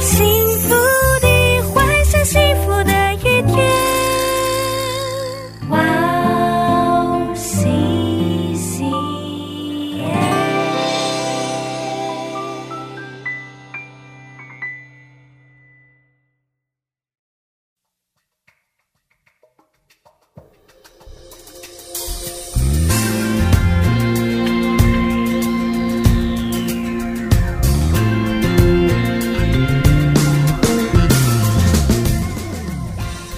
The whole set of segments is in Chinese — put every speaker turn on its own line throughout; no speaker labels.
幸福的幻想，幸福的一天。哇哦，西西耶！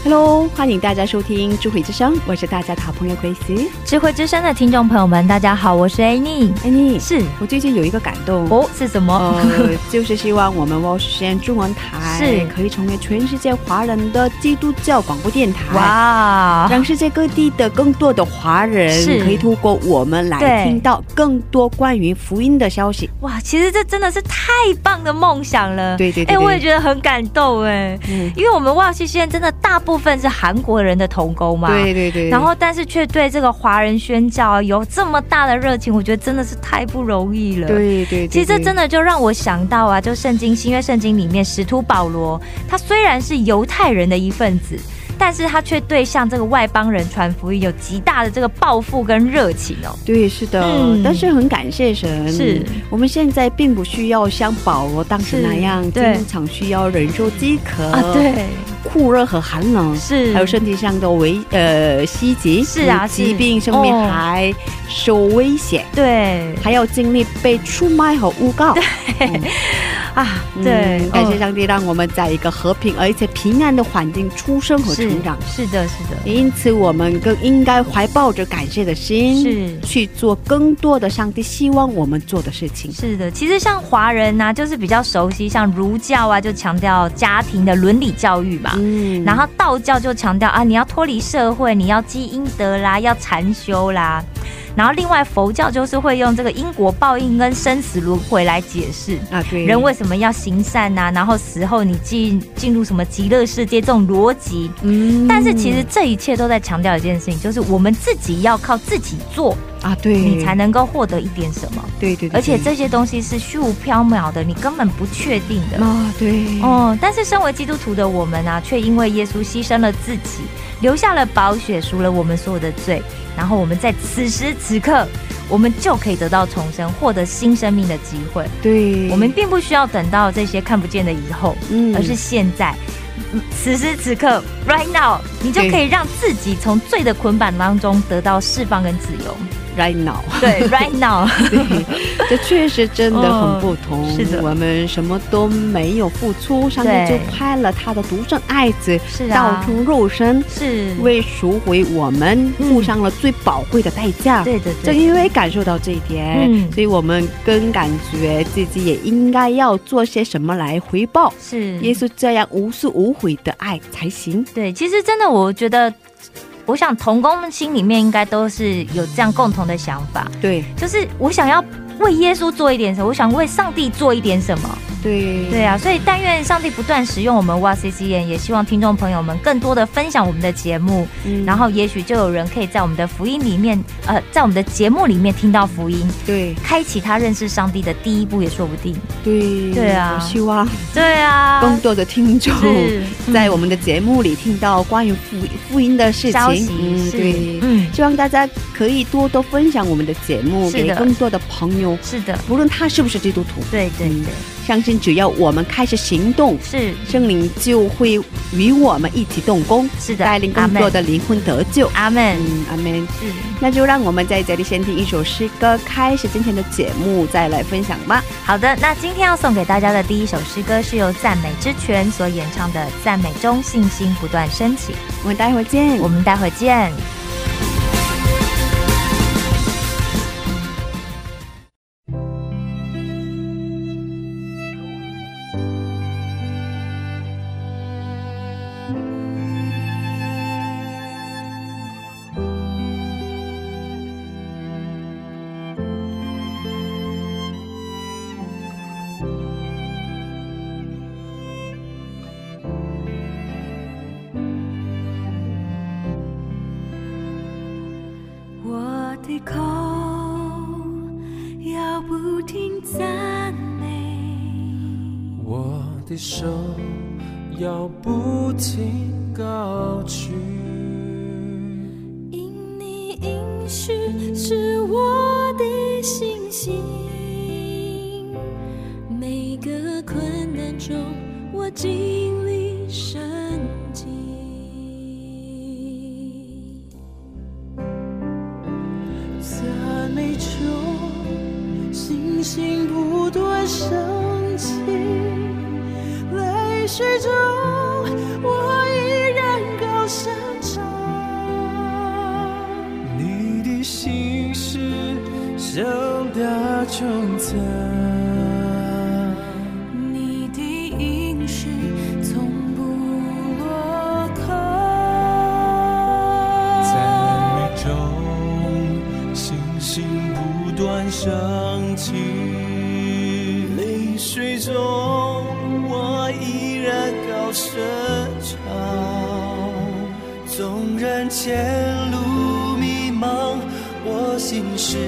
Hello，欢迎大家收听智慧之声，我是大家的好朋友 Grace。
智慧之声的听众朋友们，大家好，我是 Annie。
哎，你
是
我最近有一个感动。
哦，是什么？
呃， 就是希望我们 w a s h i n 中文台
是
可以成为全世界华人的基督教广播电台，
哇，
让世界各地的更多的华人
是
可以通过我们来
对
听到更多关于福音的消息。
哇，其实这真的是太棒的梦想了。
对对对
哎、
对
我也觉得很感动哎，
嗯，
因为我们哇西县真的大部分是韩国人的同工嘛。
对对对。
然后，但是却对这个华人宣教有这么大的热情，我觉得真的是太不容易了。
对，对对对，
其实这真
的
的就让我想到啊，就圣经新约圣经里面，使徒保罗，他虽然是犹太人的一份子，但是他却对向这个外邦人传福音有极大的这个抱负跟热情哦。
对是的、
嗯
但是很感谢神，
是
我们现在并不需要像保罗当时
是
那样
对
经常需要忍受饥渴
啊，对，
酷热和寒冷，哦
是，
还有身体上的危呃袭击，
是啊
有
是
疾病生命
哦
还受危险，
对
还要经历被出卖和诬 告。
啊，
嗯
对，
感谢
哦
上帝让我们在一个和平而且平安的环境出生和
是
成长。
是的，是的，
因此，我们更应该怀抱着感谢的心，
是
去做更多的上帝希望我们做的事情。
是的，其实像华人呐、就是比较熟悉，像儒教啊，就强调家庭的伦理教育嘛。
嗯
然后道教就强调啊，你要脱离社会，你要积阴德啦，要禅修啦。然后另外佛教就是会用这个因果报应跟生死轮回来解释。
啊，对，
人为什么要行善呐、然后死后你进进入什么极乐世界这种逻辑，
嗯
但是其实这一切都在强调一件事情，就是我们自己要靠自己做，
啊，对，
你才能够获得一点什么。
对对对，
而且这些东西是虚无缥缈的，你根本不确定的。
啊，对，
哦，但是身为基督徒的我们呢、啊却因为耶稣牺牲了自己，留下了宝血，赎了我们所有的罪，然后我们在此时此刻，我们就可以得到重生，获得新生命的机会。
嗯对，
我们并不需要等到这些看不见的以后，
嗯
而是现在。嗯此时此刻，right now，你就可以让自己从罪的捆绑当中得到释放跟自由。
right now。
对，right now，
对，这确实真的很不同。
嗯是的
我们什么都没有付出，上帝就
对
派了他的独生爱子
是
道
啊，
成肉身，
是，
为赎回我们，
嗯
付上了最宝贵的代价。
对的，
正
对的，
因为感受到这一点，
嗯
所以我们更感觉自己也应该要做些什么来回报
是
耶稣这样无私无悔的爱才行。
对，其实真的，我觉得，我想童工们心里面应该都是有这样共同的想法，
对
就是我想要为耶稣做一点什么，我想为上帝做一点什么。
对
对啊，所以但愿上帝不断使用我们 YCCN，也希望听众朋友们更多的分享我们的节目，
嗯
然后也许就有人可以在我们的福音里面，呃，在我们的节目里面听到福音，
对
开启他认识上帝的第一步也说不定。
对
对啊
我希望
对啊，
更多的听众。
是 嗯
在我们的节目里听到关于福福音的事
消
情
息，，是
对，
嗯，
希望大家可以多多分享我们的节目
是的
给更多的朋友，
是的，
不论他是不是基督徒，
对对对，
相信只要我们开始行动，
是
圣灵就会与我们一起动工，
是的，
带领
阿
更
门
多的灵魂得救。
阿门。
嗯，阿门。
是，
那就让我们在这里先听一首诗歌，开始今天的节目，再来分享吧。
好的，那今天要送给大家的第一首诗歌是由赞美之泉所演唱的《赞美中信心不断升起》，
我们待会儿见。
我们待会见。
的口，要不停赞美。
我的手要不停高举，
因你应许是我的信心，每个困难中我经历神迹。
赞美中，星星不断升起，泪水中，我依然高声唱。
你的心事向大众赞。
你的应许从不落
赞
空，
美中，星星不断升起，泪水中，我依然高声唱。纵然前路迷茫，我心是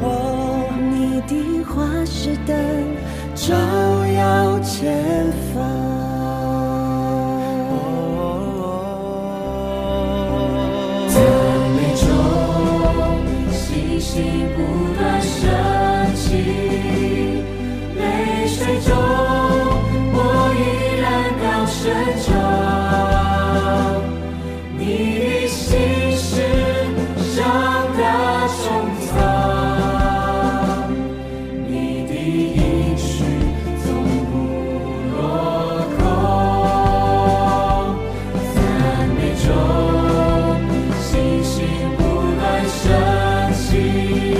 我
你的话是灯，
照耀前方。赞美中，星星不断升起，泪水中，我依然高声唱。你的心事向大众藏。你的应许从不落空，赞美中星星不断升起，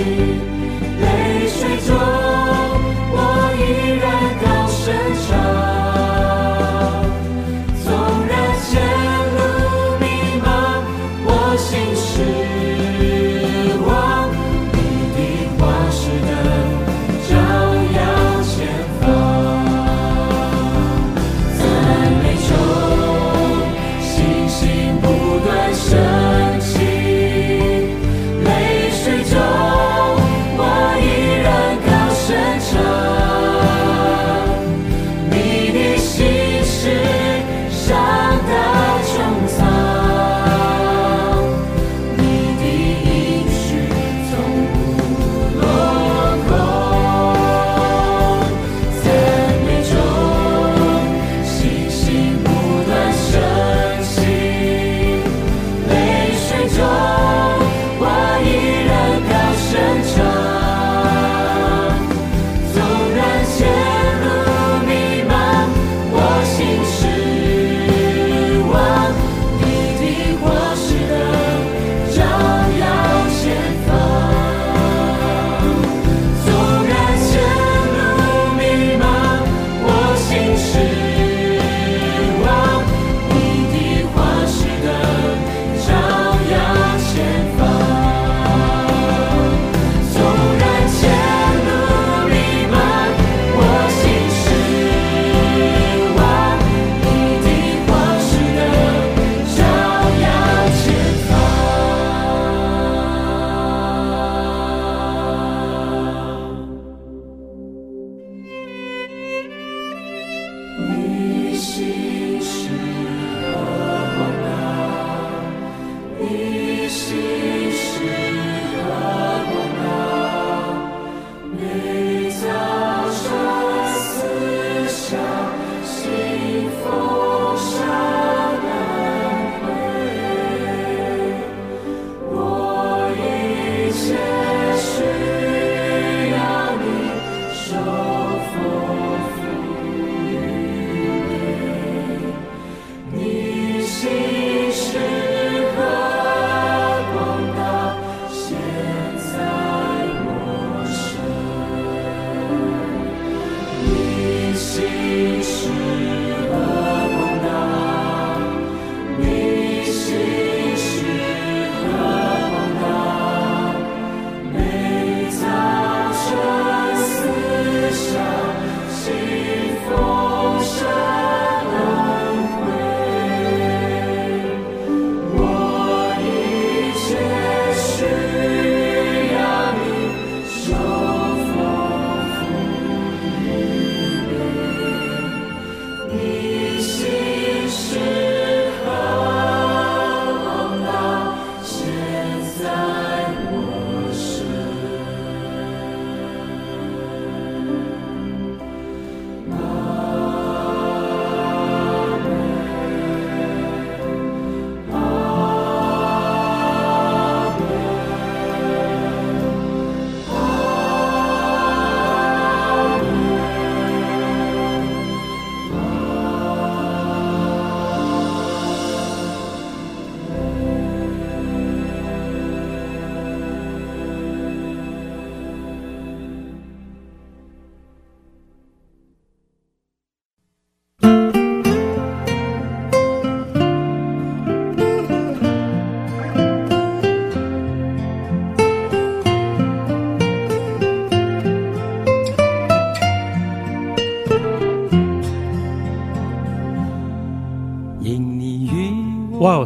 因你与我
Wow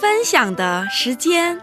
分享的时间。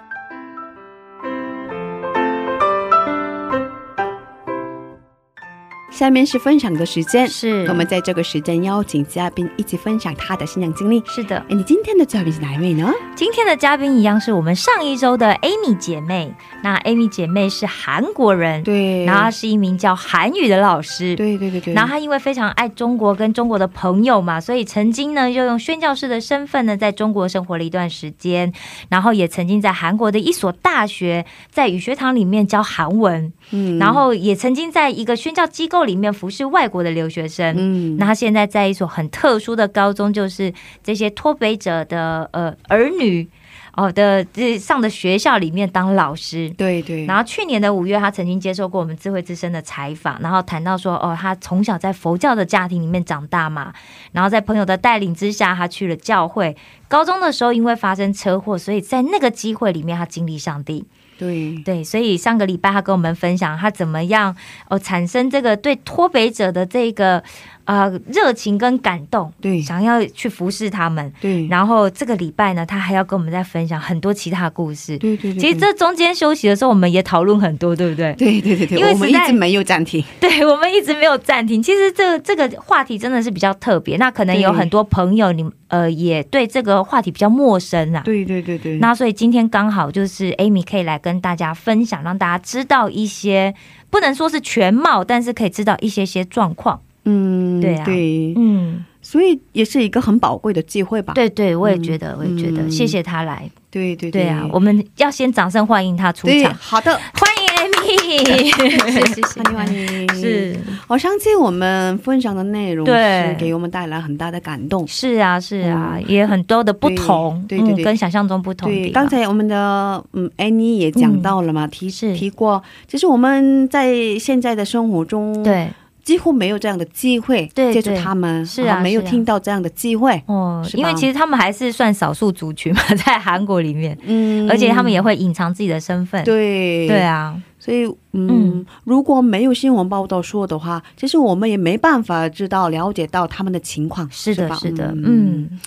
下面是分享的时间，
是
嗯我们在这个时间邀请嘉宾一起分享他的信仰经历。
是的，
哎，你今天的嘉宾是哪一位呢？
今天的嘉宾一样是我们上一周的 Amy 姐妹。那 Amy 姐妹是韩国人，，
对
然后她是一名叫韩语的老师，。
对对对对，
然后她因为非常爱中国跟中国的朋友嘛，所以曾经呢就用宣教师的身份呢在中国生活了一段时间，然后也曾经在韩国的一所大学在语学堂里面教韩文，
嗯
然后也曾经在一个宣教机构里面服侍外国的留学生。
嗯
那他现在在一所很特殊的高中，就是这些脱北者的呃儿女哦的这上的学校里面当老师。
对对，
然后去年的五月，他曾经接受过我们智慧之声的采访，然后谈到说，哦，他从小在佛教的家庭里面长大嘛，然后在朋友的带领之下，他去了教会。高中的时候，因为发生车祸，所以在那个机会里面，他经历上帝。
对
对，所以上个礼拜他跟我们分享他怎么样哦产生这个对脱北者的这个呃热情跟感动，
对
想要去服侍他们。
对，
然后这个礼拜呢，他还要跟我们再分享很多其他故事。
对对对，
其实这中间休息的时候，我们也讨论很多，对不对？
嗯对对对对，
因为
我们
实
一
在
直没有暂停，
对，我们一直没有暂停。其实这这个话题真的是比较特别，那可能有
对
很多朋友你呃也对这个话题比较陌生啊。
对对对对，
那所以今天刚好就是 Amy 可以来跟大家分享，让大家知道一些不能说是全貌，但是可以知道一些些状况。
嗯
对啊
对，
嗯，
所以也是一个很宝贵的机会吧？
对对，我也觉得，我也觉得，
嗯
谢谢她来。
对对
对啊，我们要先掌声欢迎她出
对
场，
好的，
欢迎 Amy。
谢谢欢迎欢迎，
是
我上次我们分享的内容
对
是给我们带来很大的感动。
是啊是啊，也很多的不同，
嗯对对对
嗯
对
跟想象中不同的
对，
地方
刚才我们的嗯安妮也讲到了嘛，提
是
提过，就是我们在现在的生活中，，
对
几乎没有这样的机会
对
接触
对
他们，
是啊
没有
是啊
听到这样的机会，
哦，
嗯是吧
因为其实他们还是算少数族群嘛， 在韩国里面，
嗯，
而且他们也会隐藏自己的身份。
对
对啊，
所以，嗯，
嗯
如果没有新闻报道说的话，其实我们也没办法知道、了解到他们的情况，
是的
吧，
是的，嗯。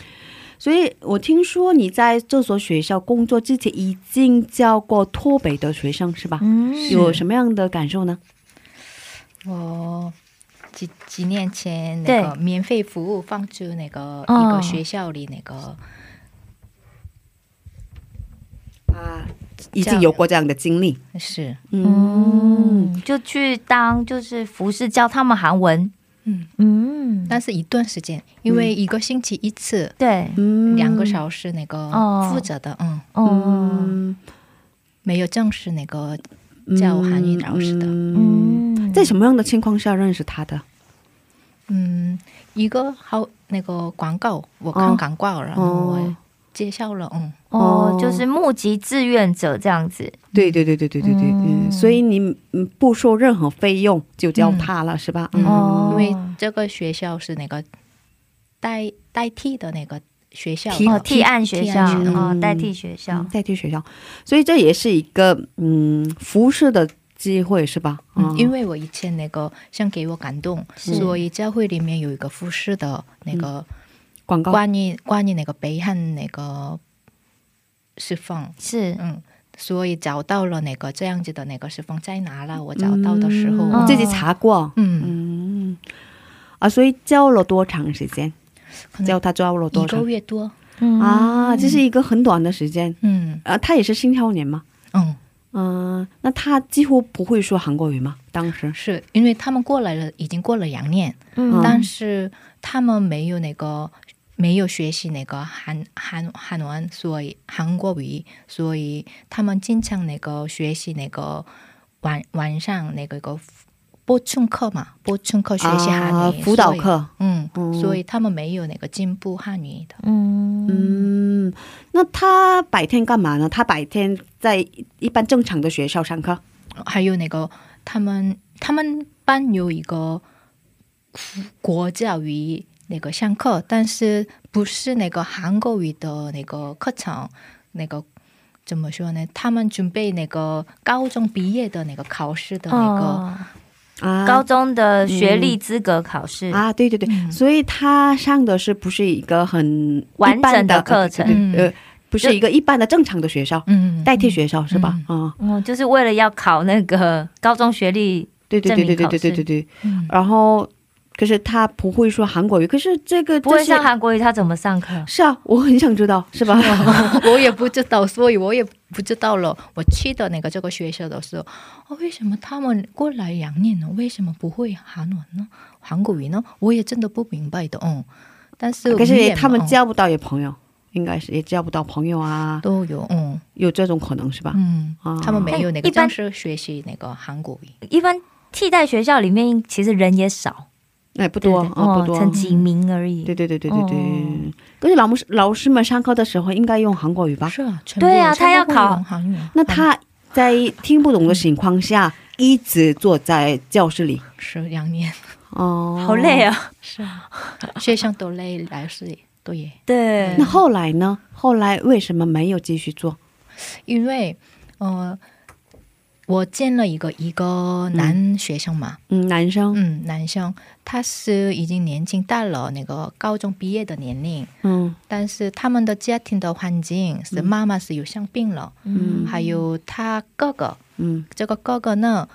所以我听说你在这所学校工作之前，已经教过脱北的学生，是吧？
嗯
有什么样的感受呢？
我几几年前那个免费服务放置那个
哦
一个学校里那个，
啊，已经有过这样的经历，
是
嗯，
嗯，就去当就是服饰教他们韩文。
嗯，
嗯，
但是一段时间，因为一个星期一次，
对，
嗯
两个小时那个
哦
负责的，嗯，
哦，
没有正式那个教韩语老师的，
嗯，
嗯，
在什么样的情况下认识他的？
嗯，一个好那个广告，我看广告，然后我介绍了，嗯，
哦
哦，
就是募集志愿者这样子。
对对对对对对对，嗯，所以你嗯不收任何费用就教他了，是吧？嗯
哦
因为这个学校是那个代代替的那个学校
替
的
哦，替案学校
替案学校
哦，代替学校
嗯，代替学校，所以这也是一个嗯服饰的机会，是吧？啊
嗯，因
为
为我以前那个想给我感动，
是
所以教会里面有一个服饰的那个
广告
关于关于那个北汉那个释放，
是
嗯，所以找到了那个这样子的那个释放在哪了？我找到的时候，
嗯我自己查过，
嗯，
嗯啊，所以教了多长时间？
可能
教他教了
一
多
个
长
月多，
嗯
啊？这是一个很短的时间
嗯
啊，他也是青少年嘛，
嗯，
嗯、那他几乎不会说韩国语吗？当时
是因为他们过来了，已经过了两年，
嗯
但是他们没有那个没有学习那个韩韩韩文，所以韩国语，所以他们经常那个学习那个晚晚上那个个补充课嘛，补充课学习韩语、
啊、辅导
所以，
课，
嗯，
嗯
所以他们没有那个进步汉语的，
嗯
嗯，那他白天干嘛呢？他白天在一般正常的学校上课，
还有那个他们他们班有一个国教语那个上课，但是不是那个韩国语的那个课程，那个怎么说呢？他们准备那个高中毕业的那个考试的那个，
哦
啊，
高中的学历资格考试，
啊，对对对，
嗯
所以他上的是不是一个很
完整的
的
课程
对对对
嗯
呃，不是一个一般的正常的学校，
嗯，
代替学校是吧？啊、
哦，就是为了要考那个高中学历，
对对对对对对对对对。
嗯，
然后，可是他不会说韩国语，可是这个
不会上
韩
韩国语，他怎么上课？
是啊，我很想知道，是吧？
我也不知道，所以我也不知道了。我去的那个这个学校的时候，哦，为什么他们过来两年呢？为什么不会韩文呢？韩国语呢？我也真的不明白的。嗯，但是
啊可
我也
是他们
嗯
交不到也朋友，应该是也交不到朋友啊，
都有，嗯
有这种可能是吧？
嗯
啊，
他们没有那个
一般
正式学习那个韩国语。
一般替代学校里面其实人也少，
哎，不多
对不对
啊，不多。嗯
哦，成几名而已。
对对对对对对
哦。
可是老师老师们上课的时候应该用韩国语吧？
是啊，全部
对啊他要
全部会用
考
韩语啊。
那
嗯
他在听不懂的情况下，一直坐在教室里，
是两年，
哦，
好累
啊。
啊！
是啊，学生都累，老师也都也
对
那，后来呢？后来为什么没有继续做？
因为呃，我见了一个一个男学生嘛，
嗯，男生，
嗯男生他是已经年纪大了，那个高中毕业的年龄，
嗯
但是他们的家庭的环境是妈妈是有生病了，
嗯
还有他哥哥，
嗯
这个哥哥呢，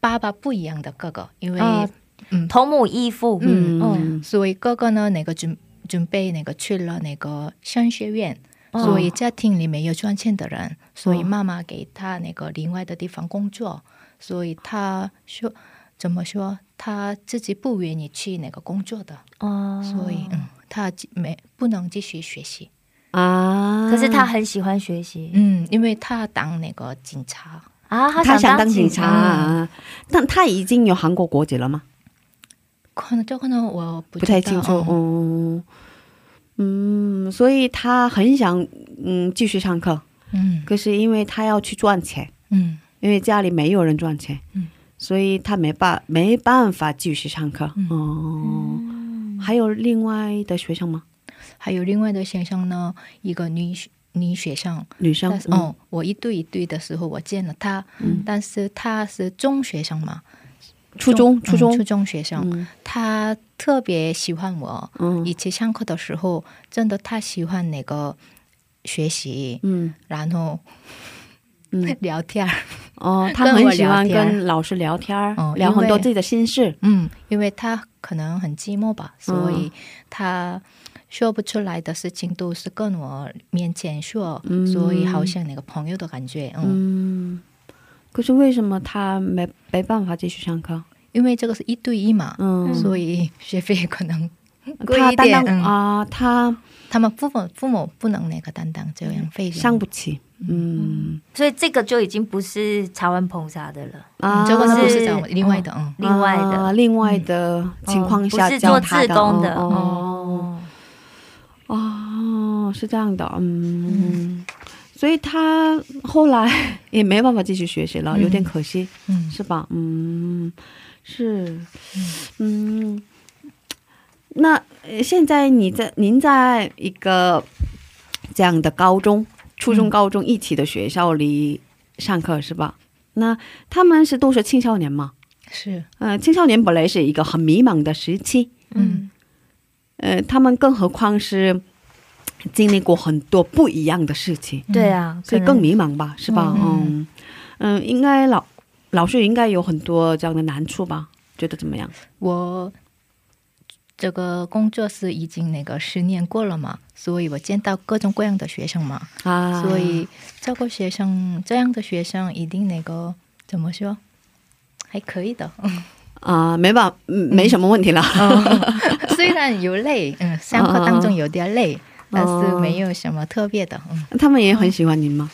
爸爸不一样的哥哥，因为、
啊
嗯，
同母异父，
嗯
嗯
所以哥哥呢那个准准备那个去了那个商学院。
哦
所以家庭里没有赚钱的人，所以
哦
妈妈给他那个另外的地方工作，所以他说怎么说，他自己不愿意去那个工作的，
哦，
所以嗯，他继没不能继续学习，
啊，
可是他很喜欢学习
嗯，因为他当那个警察，
啊，
他想当
当
警察，啊，但他已经有韩国国籍了吗？
可能这个呢我不
不
知道
太清楚，
嗯
嗯嗯，所以他很想嗯继续上课，
嗯
可是因为他要去赚钱，
嗯
因为家里没有人赚钱，
嗯
所以他没办没办法继续上课。
嗯
哦、还有另外的学生吗？
还有另外的学生呢，一个女女学生，
女生
但是、
嗯
哦，我一对一对的时候我见了她，但是她是中学生嘛，
初中初中
嗯初中学生，
嗯
她特别喜欢我。
嗯
以前上课的时候，真的她喜欢那个学习，
嗯
然后
嗯
聊天儿。
哦，他
跟我
很喜欢
聊天
跟老师聊天儿，
哦因
聊很多
为
自己的心事。
嗯，因为她可能很寂寞吧，所
哦
以她说不出来的事情都是跟我面前说，所以好像那个朋友的感觉。嗯，
嗯，可是为什么他没没办法继续上课？
因为这个是一对一嘛，
嗯，
所以学费可能贵
他
一
担
点。
当
嗯
啊、他
他们父母父母不能那个担当这样费用。
上不起。嗯
所以这个就已经不是茶碗捧茶的了，
啊，
嗯这个呢
是
不是讲另外的，嗯，
另外的
啊、另外的情况下
哦不是
教
做
他
志工的嗯
哦
哦，
哦是这样的，嗯，所以他后来也没办法继续学习了，有点可惜，
嗯
是吧？嗯，是，嗯，那呃现在你在您在一个这样的高中、初
嗯
中、高中一起的学校里上课、是吧？那他们是都是青少年嘛？
是，
呃，青少年本来是一个很迷茫的时期，
嗯，
呃，他们更何况是经历过很多不一样的事
嗯
情，
对啊，
所以
可能
更迷茫吧，是吧？嗯嗯，应该老老师应该有很多这样的难处吧？觉得怎么样？
我这个工作室已经那个十年过了嘛，所以我见到各种各样的学生嘛，
啊，
所以这个学生这样的学生一定那个怎么说，还可以 的。嗯
啊，没办法，嗯没什么问题了。
虽然有累，嗯，上课当中有点累，但是没有什么特别的。嗯
他们也很喜欢您吗？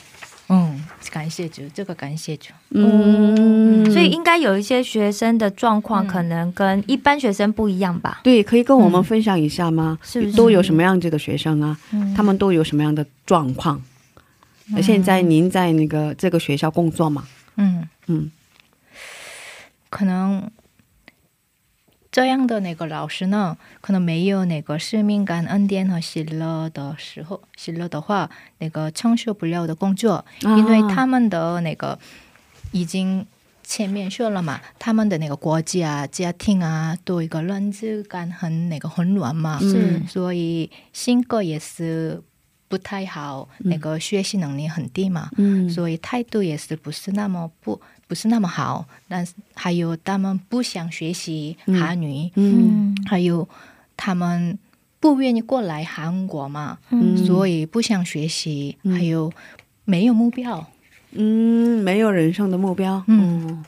嗯，感谢主，这个感谢主。
嗯，
所以应该有一些学生的状况可能跟一般学生不一样吧？
对，可以跟我们分享一下吗？
是不是
都有什么样子的学生啊？
嗯
他们都有什么样的状况？呃现在您在那个这个学校工作嘛？
嗯，
嗯
可能这样的那个老师呢，可能没有那个使命感、恩典和喜乐的时候，喜乐的话，那个承受不了的工作，
啊
因为他们的那个已经前面说了嘛，他们的那个国际啊、家庭啊，都一个认知感很那个混乱嘛，
嗯
所以性格也是不太好，那个学习能力很低嘛，
嗯
所以态度也是不是那么不不是那么好。但是还有他们不想学习韩语，
嗯
还有他们不愿意过来韩国嘛，
嗯
所以不想学习，还有没有目标，
嗯，没有人生的目标，
嗯
嗯，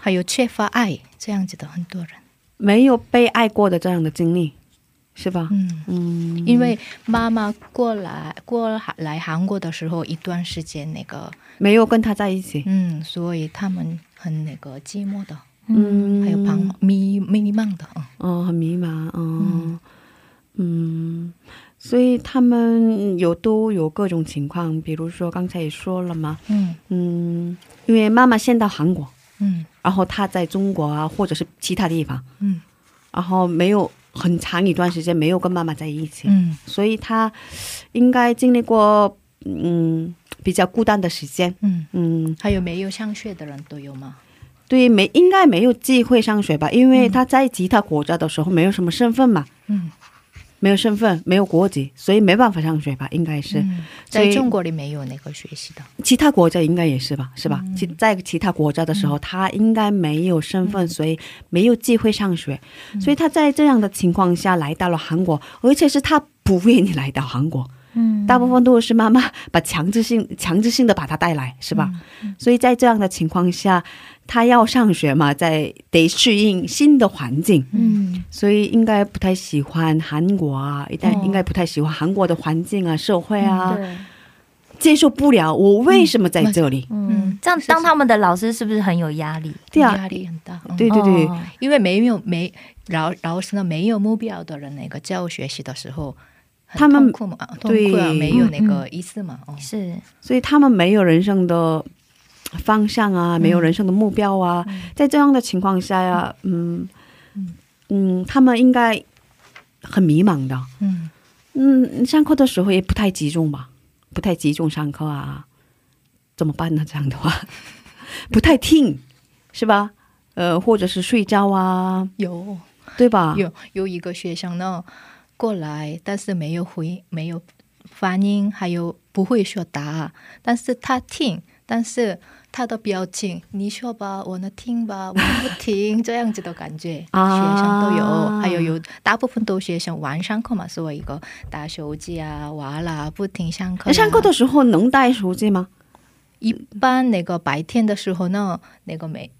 还有缺乏爱这样子的很多人。
啊没有被爱过的这样的经历，是吧？
嗯，
嗯
因为妈妈过来过来韩国的时候一段时间那个，
没有跟他在一起，
嗯，所以他们很那个寂寞的，
嗯，
还有彷迷迷茫的，嗯
哦，很迷茫，哦，嗯，所以他们有都有各种情况，比如说刚才也说了嘛，
嗯
嗯，因为妈妈先到韩国，
嗯
然后她在中国啊，或者是其他地方，
嗯
然后没有很长一段时间没有跟妈妈在一起，
嗯
所以她应该经历过嗯比较孤单的时间，
嗯，
嗯，
还有没有上学的人都有吗？
对，没应该没有机会上学吧，因为她在其他国家的时候没有什么身份嘛，
嗯，
没有身份，没有国籍，所以没办法上学吧，应该是。
嗯
所以
在中国里没有那个学习的，
其他国家应该也是吧，是
嗯
吧？其在其他国家的时候，他应该没有身
嗯
份，所以没有机会上学，所以他在这样的情况下来到了韩国，而且是他不愿意来到韩国。
嗯，
大部分都是妈妈把强制性、强制性的把他带来，是吧？
嗯
所以在这样的情况下，他要上学嘛，在得适应新的环境，
嗯
所以应该不太喜欢韩国啊，一旦
哦嗯
应该不太喜欢韩国的环境啊、社会啊，
对，
接受不了。我为什么在这里？
嗯，这样当他们的老师是不是很有压力？
对啊
压力很大，嗯
对对对，
哦
因为没有没老老师呢没有目标的人，那个教学习的时候，很
他们
痛苦嘛，啊痛
对
苦啊，没有那
嗯
个意思嘛，哦，
是，
所以他们没有人生的方向啊，没有人生的目标啊。在这样的情况下呀、嗯嗯，他们应该很迷茫的。
嗯
嗯，上课的时候也不太集中吧，不太集中上课啊，怎么办呢？这样的话， 不太听，是吧？呃，或者是睡觉啊，
有
对吧？
有有一个学生呢过来，但是没有回，没有反应，还有不会说答，但是他听，但是他的表情，你说吧，我能听吧，我能不听， 这样子的感觉，
啊
学生都有，还有有大部分都学生晚上课嘛，所以一个打手机啊，玩啦，不停上课、啊
那上课的时候能带手机吗？
一般那个白天的时候呢，那个没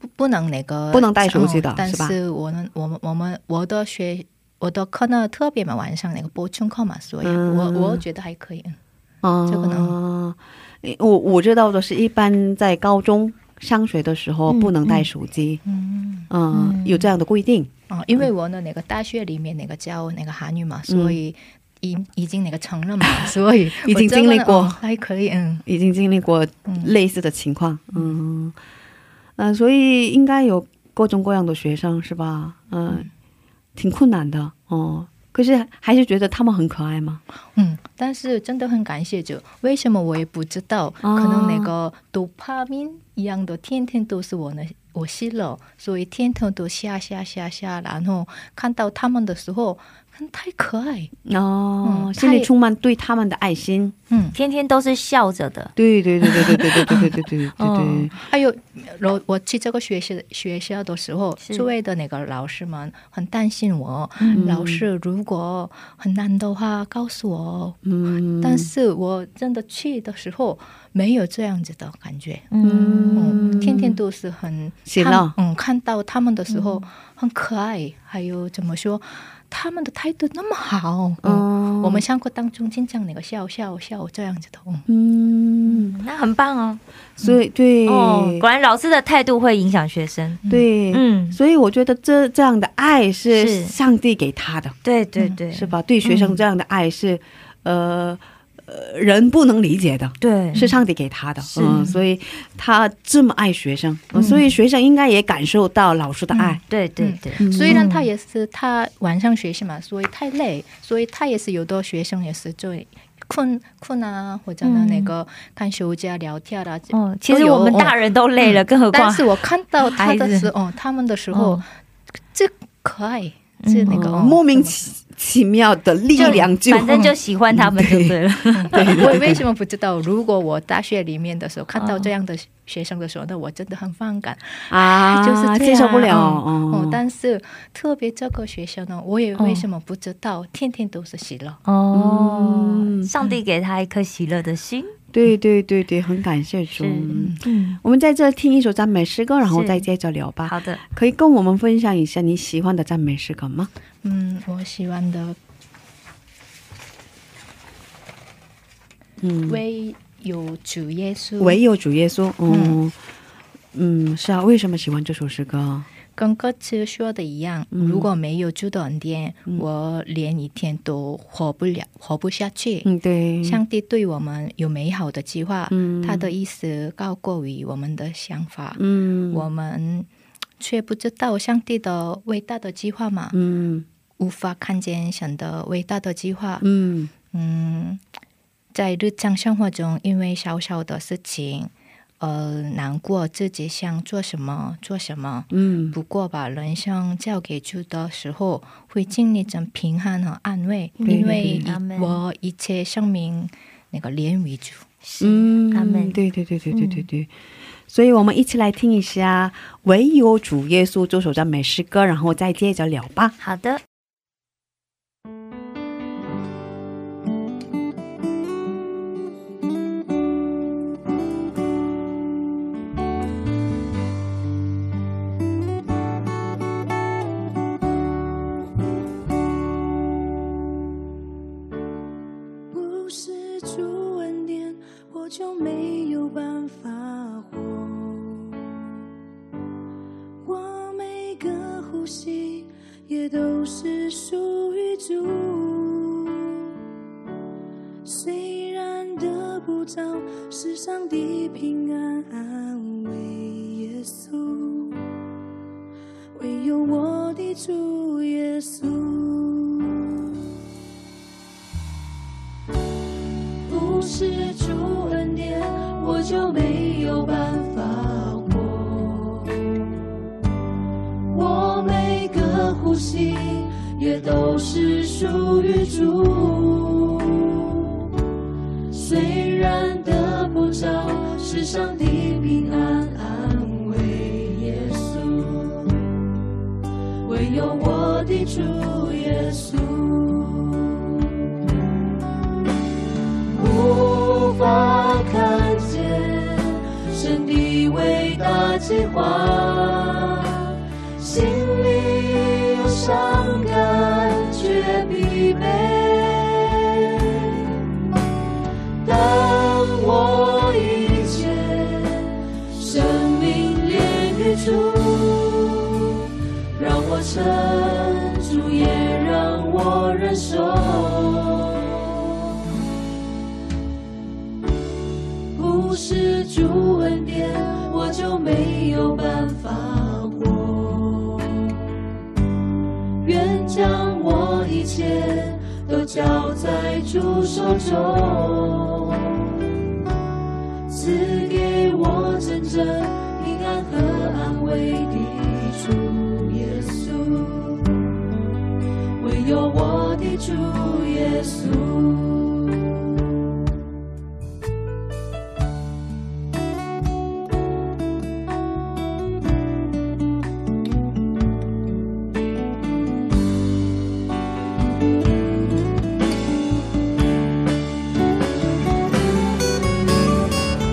不不能那个
不能带手机的
嗯但
是吧
是我们我们我们我的学我的课呢，特别嘛晚上那个播充课嘛，所以我、
嗯
我觉得还可以。嗯
啊，
这个
诶我我知道的是，一般在高中上学的时候不能带手机，
嗯
嗯，有这样的规定。
哦，因为我呢那个大学里面那个教那个韩语嘛，所以已已经那个成了嘛，所以
已经
我这个呢
经历过
哦还可以，嗯
已经经历过类似的情况，嗯，嗯、呃所以应该有各种各样的学生是吧？嗯、挺困难的哦。可是还是觉得他们很可爱嘛，
嗯。但是真的很感谢就，为什么我也不知道，
哦
可能那个多巴胺一样的，天天都是我呢，我吸了，所以天天都下下下下，然后看到他们的时候，太可爱。
哦、
嗯
心
他
里
也
充满对他们的爱心。
嗯，
天天都是笑着的，
对对对对对对对对对对对对
嗯
对，
还有，然后我去这个学校学校的时候，
是
周围的那个老师们很担心我，
嗯
老师如果很难的话告诉我。
嗯，
但是我真的去的时候，没有这样子的感觉。
嗯，
嗯，天天都是很
喜嗯
看
乐
嗯，看到他们的时候很可爱，还有怎么说，他们的态度那么好。嗯，
哦，
我们上课当中经常那个笑笑笑这样子的。嗯，
嗯，
那很棒哦。
所以对、
哦，果然老师的态度会影响学生。
对，
嗯，
所以我觉得这这样的爱
是
是上帝给他的，
对对对，
嗯是吧？对学生这样的爱是，呃呃，人不能理解的。
对，
是上帝给他的，嗯，所以他这么爱学生、嗯所以学生应该也感受到老师的爱。
对对对，
嗯
虽然他也是他晚上学习嘛，所以太累，所以他也是有的学生也是就困困啊，或者呢
嗯
那个看休假聊天啊。
哦，其实我们大人都累了，更何况
但是我看到他的时
孩子
候，哦他们的时候
哦，，
这可爱，这那个
嗯
哦
莫名其其妙的力量就，
反正就喜欢他们就对了。
我为什么不知道？如果我大学里面的时候看到这样的学生的时候，那我真的很反感，
啊，
就是这样
接受不了。
嗯
哦
哦，但是特别这个学校呢，我也为什么不知道？天天都是喜乐。
哦
嗯，
上帝给他一颗喜乐的心。
对对对对，很感谢主。嗯
嗯，
我们在这听一首赞美诗歌，然后
是
再接着聊吧。
好的，
可以跟我们分享一下你喜欢的赞美诗歌吗？
嗯，我喜欢的
嗯，
唯有主耶稣，
唯有主耶稣。嗯嗯，是啊，为什么喜欢这首诗歌？
跟歌词说的一样，
嗯
如果没有主的恩典，我连一天都活不了，活不下去。
嗯，对，
上帝对我们有美好的计划，
嗯
他的意思高过于我们的想法，
嗯
我们却不知道上帝的伟大的计划嘛，
嗯
无法看见神的伟大的计划。
嗯
嗯，在日常生活中，因为小小的事情，呃，难过自己想做什么做什么。
嗯
不过把人生交给主的时候，会经历着平安和安慰，
对
因为一
阿门
我一切生命那个连为主。
嗯，
阿门
对对对对对对对。所以我们一起来听一下《唯有主耶稣》这首赞美诗歌，然后再接着聊吧。
好的，
不是主恩典，我就没有办法活。我每个呼吸也都是属于主。虽然得不着世上的平安安慰，耶稣，唯有我的主耶稣。不是主恩典，我就没有办法活。我每个呼吸也都是属于主。虽然得不着世上的平安安慰，耶稣，唯有我的主耶稣。无法看见神的伟大计划，心里有伤感却疲惫。当我一切生命连于主，让我撑住，也让我忍受。不是主恩典，我就没有办法活。愿将我一切都交在主手中，赐给我真正平安和安慰的主耶稣，唯有我的主耶稣。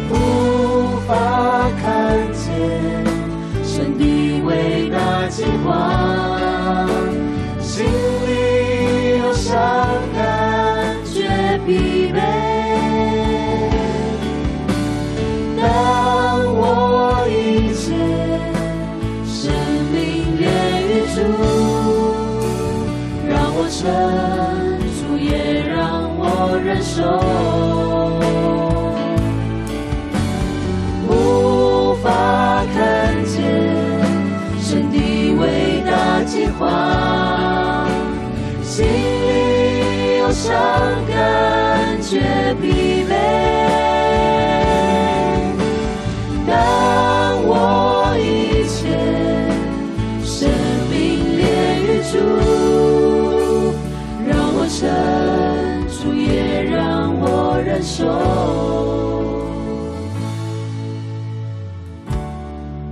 无法看见神的伟大计划，心里有伤感觉疲惫。当我一切生命连于主，让我撑住，也让我忍受。无法看见神的伟大计划，心里有伤感觉疲惫。当我一切生命连于主，让我撑住，也让我忍受。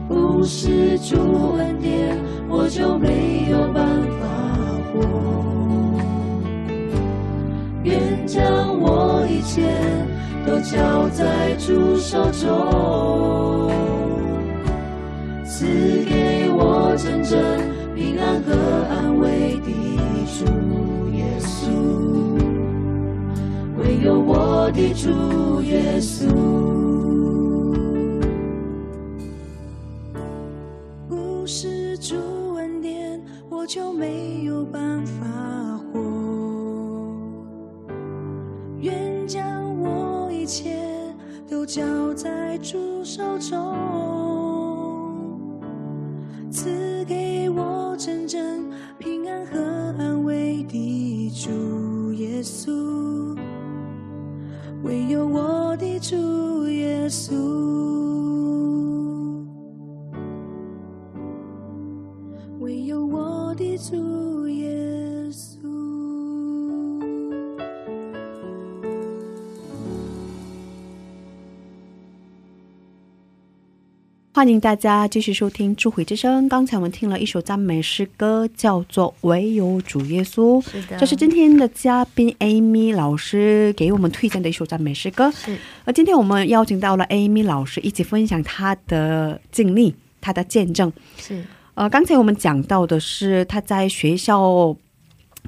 不是主恩典，我就没有办法活。愿将我一切都交在主手中，赐给我真正平安和安慰的主耶稣，唯有我的主耶稣。不是主恩典，我就没有办法活。愿将我一切都交在主手中，赐给我真正平安和安慰的主耶稣，唯有我的主耶稣。唯有我的主耶稣。
欢迎大家继续收听《智慧之声》。刚才我们听了一首赞美诗歌，叫做《唯有主耶稣》，
是的，
这是今天的嘉宾 Amy 老师给我们推荐的一首赞美诗歌。
是
而今天我们邀请到了 Amy 老师一起分享她的经历、她的见证。
是
呃，刚才我们讲到的是她在学校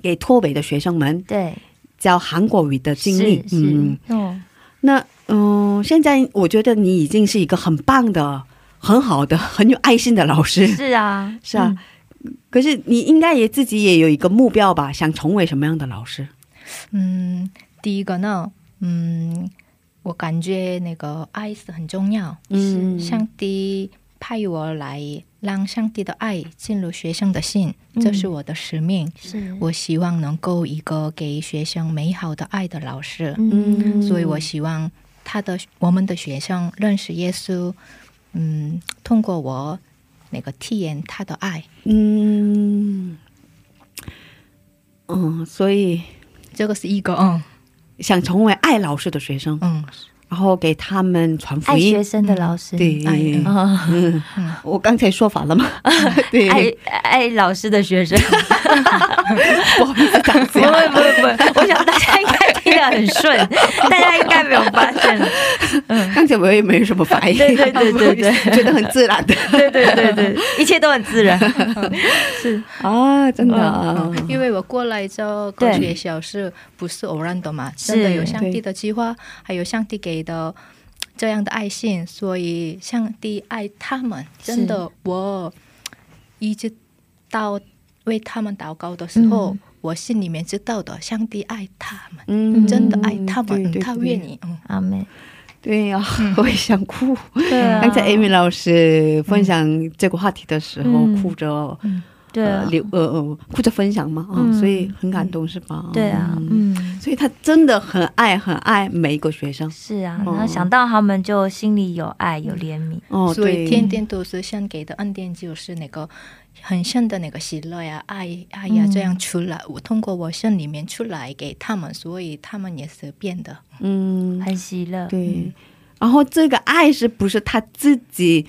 给脱北的学生们
对，
教韩国语的经历。
是是，嗯，
那嗯、现在我觉得你已经是一个很棒的、很好的、 很有爱心的老师，
是啊，
是啊。可是你应该也自己也有一个目标吧，想成为什么样的老师？
嗯，第一个呢，嗯，我感觉那个爱是很重要。
嗯
上帝派我来，让上帝的爱进入学生的心，
嗯
这是我的使命。
是
我希望能够一个给学生美好的爱的老师，
嗯
所以我希望他的我们的学生认识耶稣，嗯，通过我那个体验他的爱，
嗯嗯，所以
这个是一个嗯
想成为爱老师的学生，
嗯
然后给他们传福
爱学
音。
生的老师，
对，
爱嗯
啊，
嗯，我刚才说反了吗？对，
爱爱老师的学生，
不好意思，这样子
不会不会不会，我想大家应该听得很顺，大家应该没有发 现，
刚才我也没什么反应，
对对对对对
觉得很自然的
对对对对，一切都很自然，
啊，真的啊，
嗯，因为我过来这个
对
学校是不是偶然的嘛？真的有上帝的计划，还有上帝给的这样的爱心，所以上帝爱他们，真的，我一直到为他们祷告的时候，我心里面知道的，上帝爱他们，
嗯
真的爱
哎
他们，
对对对
他愿意，嗯，
阿妹，
对呀，我也想哭。
嗯对啊
刚才 Amy 老师分享这个话题的时候，
嗯
哭着
对啊
呃，留呃呃或者分享嘛啊、
嗯
所以很感动是吧？
对啊，
嗯
嗯，
所以他真的很爱很爱每一个学生
是啊，
嗯
然后想到他们就心里有爱有怜悯，
哦，
所以
对
天天都是想给的恩典就是那个很深的那个喜乐呀、爱爱呀，
嗯
这样出来，我通过我身里面出来给他们，所以他们也是变得。
嗯
很喜乐，
对，然后这个爱是不是他自己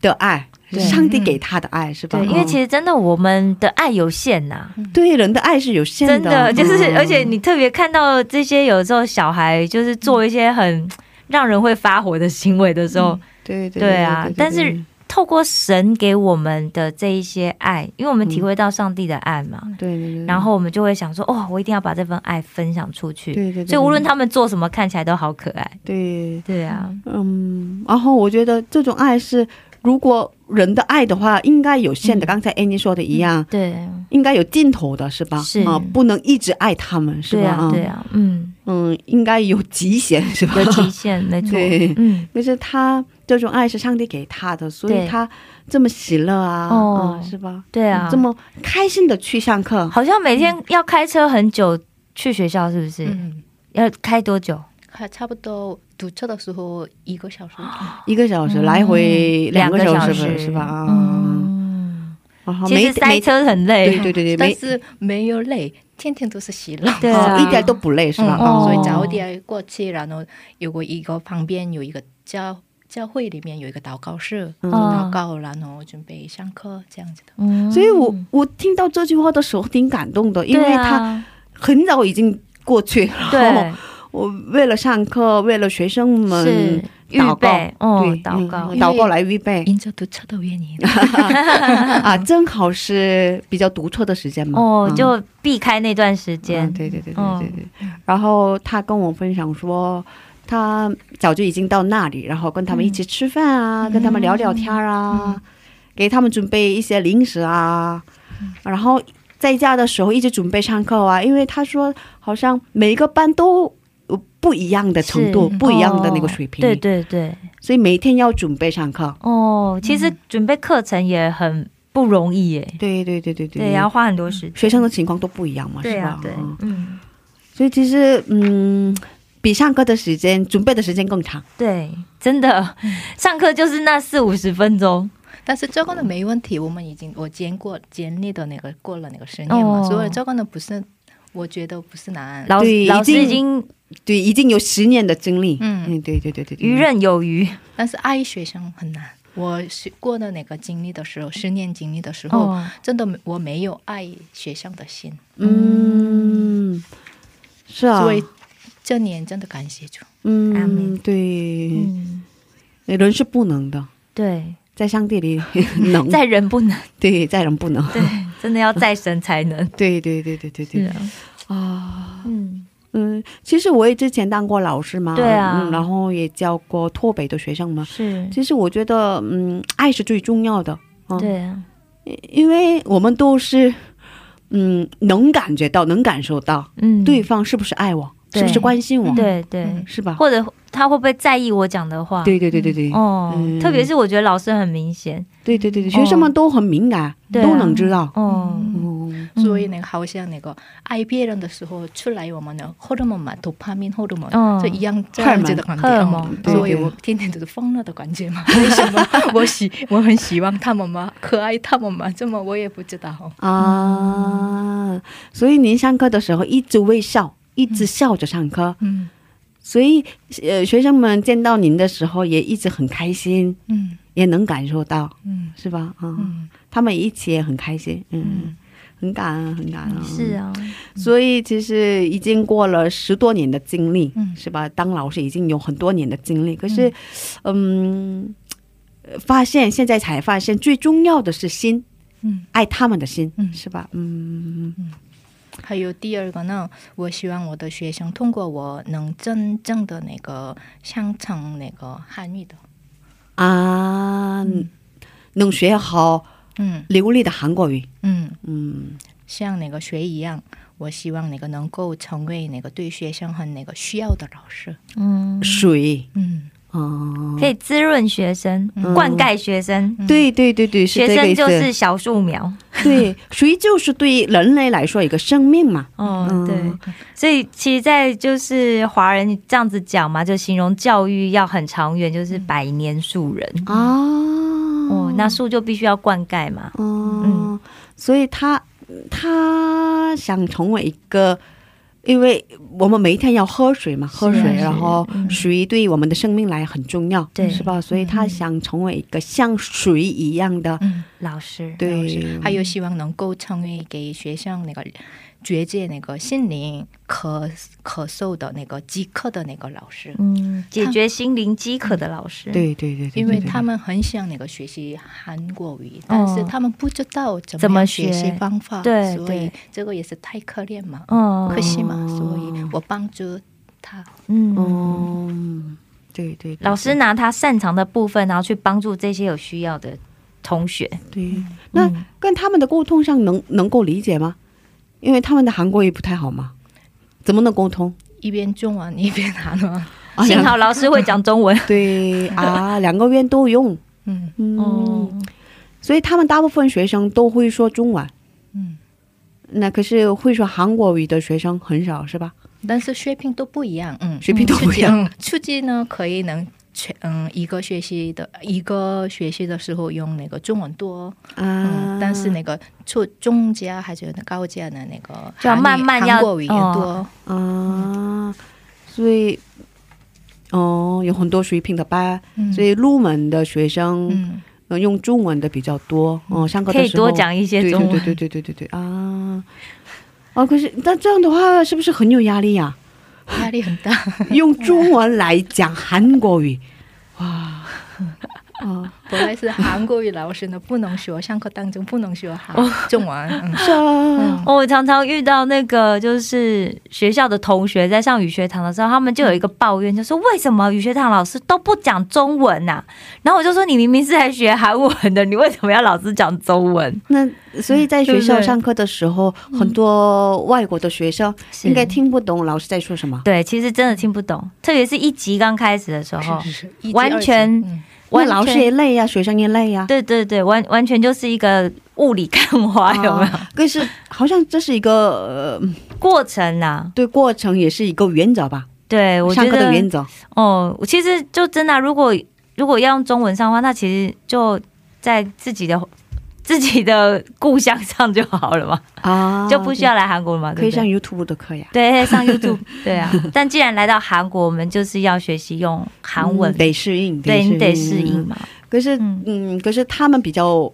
的爱？是上帝给他的爱是吧？
对，因为其
实
实真的我们的爱有限呐、
对人的爱是有限
真的
的，
就是，
嗯
而且你特别看到这些有时候小孩就是做
嗯
一些很让人会发火的行为的时候，
对对
对啊但是透过神给我们的这一些爱，因为我
嗯
们体会到上帝的爱嘛，
对对对，
然后我们就会想说，哦，我一定要把这份爱分享出去。
对对对，
所以无论他们做什么，看起来都好可爱。
对
对啊，
嗯，然后我觉得这种爱是，如果人的爱的话，应该有限的。刚才 Annie 说的一样，
对，
应该有尽头的，是吧？
嗯是
啊，不能一直爱他们，是
对
吧？
啊，对啊，嗯，
嗯，应该有极限，是吧？
有极 限，没错
对，
嗯，
可是他这种爱是上帝给他的，所以
对
他这么喜乐啊，
哦
嗯是吧？
对啊
这，么嗯开心的去上课，
好像每天要开车很久去学校，是不是？
嗯，
要开多久？
还差不多堵车的时候一个小时左右。
一个小时来回两个小
嗯小
时，
时
是吧？啊，
嗯，
然后
其
每
实塞
每
车很
对
累，
对对对，
但
每
是没有累，天天都是喜乐。
对
哦
啊，
一点都不累，是吧？
嗯
啊
所以
哦
早点过去，然后有个一个旁边有一个教教会里面有一个祷告室，
嗯
祷告，然后准备上课这样子的。
嗯
所以我我听到这句话的时候挺感动的，因为
对
他
啊
很早已经过去，然后
对
我为了上课，为了学生
是
哦们
预
祷告
备，哦
对，
祷告
嗯，祷告来预备
因着堵车的原因，
啊，正好是比较独特的时间嘛，
哦，
嗯
就避开那段时间
嗯，对对对对对对。然后他跟我分享说，他早就已经到那里，然后跟他们一起吃饭
嗯
啊，跟他们聊聊天啊、给他们准备一些零食啊，
嗯
然后在家的时候一直准备上课啊，因为他说好像每一个班都。有不一样的程度，
是
不一样的那个水平，
哦对对对，
所以每天要准备上课。
哦，其
嗯
实准备课程也很不容易耶，
对对对对对，
对，也要花很多时间，
学生的情况都不一样嘛，
对啊
是吧？
对
嗯，
嗯，
所以其实嗯，比上课的时间准备的时间更长。
对，真的，
嗯
上课就是那四五十分钟，
但是这个呢没问题，我们已经我经过经历的那个过了那个十年嘛，
哦
所以这个呢不是，我觉得不是难。
老
对
老师
已经
已经
对，已经有十年的经历。
嗯
嗯，对对对对，对
游刃有余，
但是爱学生很难。我是过的那个经历的时候，十年经历的时候，
哦，
真的我没有爱学生的心，
嗯，是啊
所，以这年真的感谢主。
阿
嗯，
弥
对，
嗯，
人是不能的，
对，
在上帝里能，
在人不能，
对，在人不能。
对，真的要在神才能，
对对对对对
是
对
啊，
啊，
嗯，
嗯，其实我也之前当过老师嘛，
对啊
嗯，然后也教过脱北的学生嘛。
是，
其实我觉得，嗯，爱是最重要的，嗯、
对啊，
因为我们都是，嗯，能感觉到，能感受到
嗯，
对方是不是爱我，
对
是不是关心我，
对对
嗯，
是吧？
或者他会不会在意我讲的话？
对对对对对，
哦，
嗯
特别是我觉得老师很明显，
对对对对，学生们都很敏感，
对啊
都能知道。
哦，
嗯，
嗯
所以呢，好像那个爱别人的时候，出来我们的荷尔蒙嘛，多巴胺荷尔蒙，
嗯
就一样这样子的感觉。
荷尔蒙
嗯
对
所以我天天都是疯了的感觉 嘛。为什么我喜我很喜欢他们嘛，可爱他们嘛，这么我也不知道。
啊，所以您上课的时候一直微笑，一直笑着上课，
嗯
所以呃，学生们见到您的时候也一直很开心，
嗯
也能感受到，
嗯
是吧？啊、
嗯，
他们一起也很开心，嗯，
음.
很感恩，很感恩。
是啊，
嗯所以其实已经过了十多年的经历，
嗯
是吧？当老师已经有很多年的经历，可是，嗯，呃发现现在才发现，最重要的是心，
嗯，
爱他们的心，
嗯
是吧？嗯，
还有第二个呢，我希望我的学生通过我能真正的那个上成那个汉语的。
啊，
嗯
能学好
嗯
流利的韩国语，
嗯。
嗯，
像那个学一样，我希望那个能够成为那个对学生和那个需要的老师。
嗯，
水
嗯
啊、哦，
可以滋润学生、
嗯
灌溉学生。
对对对对，是
学
这个
生
意
就
思
是。小树苗，
嗯对，水就是对人类来说一个生命嘛。
哦，
嗯
对，所以其实，在就是华人这样子讲嘛，就形容教育要很长
嗯
远，就是百年树人。
啊，
哦，那树就必须要灌溉嘛。
哦，
嗯
所以他他想成为一个，因为我们每一天要喝水嘛，喝水，
是啊嗯
然后水对我们的生命来很重要，
对嗯
是吧？所以他想成为一个像水一样的，
嗯，
老师，啊
对，
还有希望能够成为给学生那个觉界那个心灵可可受的那个即刻的那个老师，
嗯，解决心灵饥
嗯
渴的老师。，
对对对对，
因为
对对
他们很想那个学习韩国语，但
哦
是他们不知道
怎
怎
么
么
学
学习方法，
对
所以
对
这个也是太可怜嘛，
哦，
可惜嘛，所以我帮助他，
嗯，
哦，嗯对对，对
老师拿他擅长的部分，然后去帮助这些有需要的同学。
对，
嗯
那跟他们的沟通上能能够理解吗？因为他们的韩国语不太好嘛，怎么能沟通？
一边中文一边韩文，
啊
幸
两
好老师会讲中 文。
对啊，两个院都用，
嗯
嗯，
哦，
所以他们大部分学生都会说中文，
嗯，
那可是会说韩国语的学生很少，是吧？
但是水平都不一样，嗯，
水平都不一样
嗯。初级呢，可以能全嗯一个学习的一个学习的时候用那个中文多，
啊
嗯，，但是那个初中阶还是高阶的那个
就要
韩语
慢慢要
韩国语也多
哦，
啊，所以哦，有很多水平的班，
嗯
所以入门的学生、
嗯
呃用中文的比较多，哦、上课
可
的
以
时候
多讲一些
对
中文。
对对对对对对对啊。哦，可是那这样的话，是不是很有压力呀、
压力很大，
用中文来讲韩国语，哇，啊，
本来是韩国语老师呢，不能学，上课当中不能学韩中文，嗯
是啊，
嗯
哦我常常遇到那个就是学校的同学在上语学堂的时候，他们就有一个抱怨，就说为什么语学堂老师都不讲中文呐、然后我就说你明明是来学韩文的，你为什么要老是讲中文？
那所以在学
嗯对
校
不对
上课的时候，很多外国的学生应该听不懂老师在说什么。
对，其实真的听不懂，特别是一级刚开始的时候，
是是一级
完全
二级嗯
那
完全
老师也累呀、学生也累呀、
对对对，完完全就是一个雾里看花，哎有没有、
啊可是好像这是一个、呃、
过程啦、
对过程，也是一个原则吧？
对，我觉
上课的
得
原则。
哦，我其实就真的啊、如果如果要用中文上的话，那其实就在自己的自己的故乡上就好了嘛，
啊，
就不需要来韩国了嘛，
对可以上
对
YouTube 的课呀。
不对对上 YouTube，对啊。 但既然来到韩国，我们就是要学习用韩文，
嗯得适应，
对你得适应
应。
嘛。
可是，
嗯
嗯，可是他们比较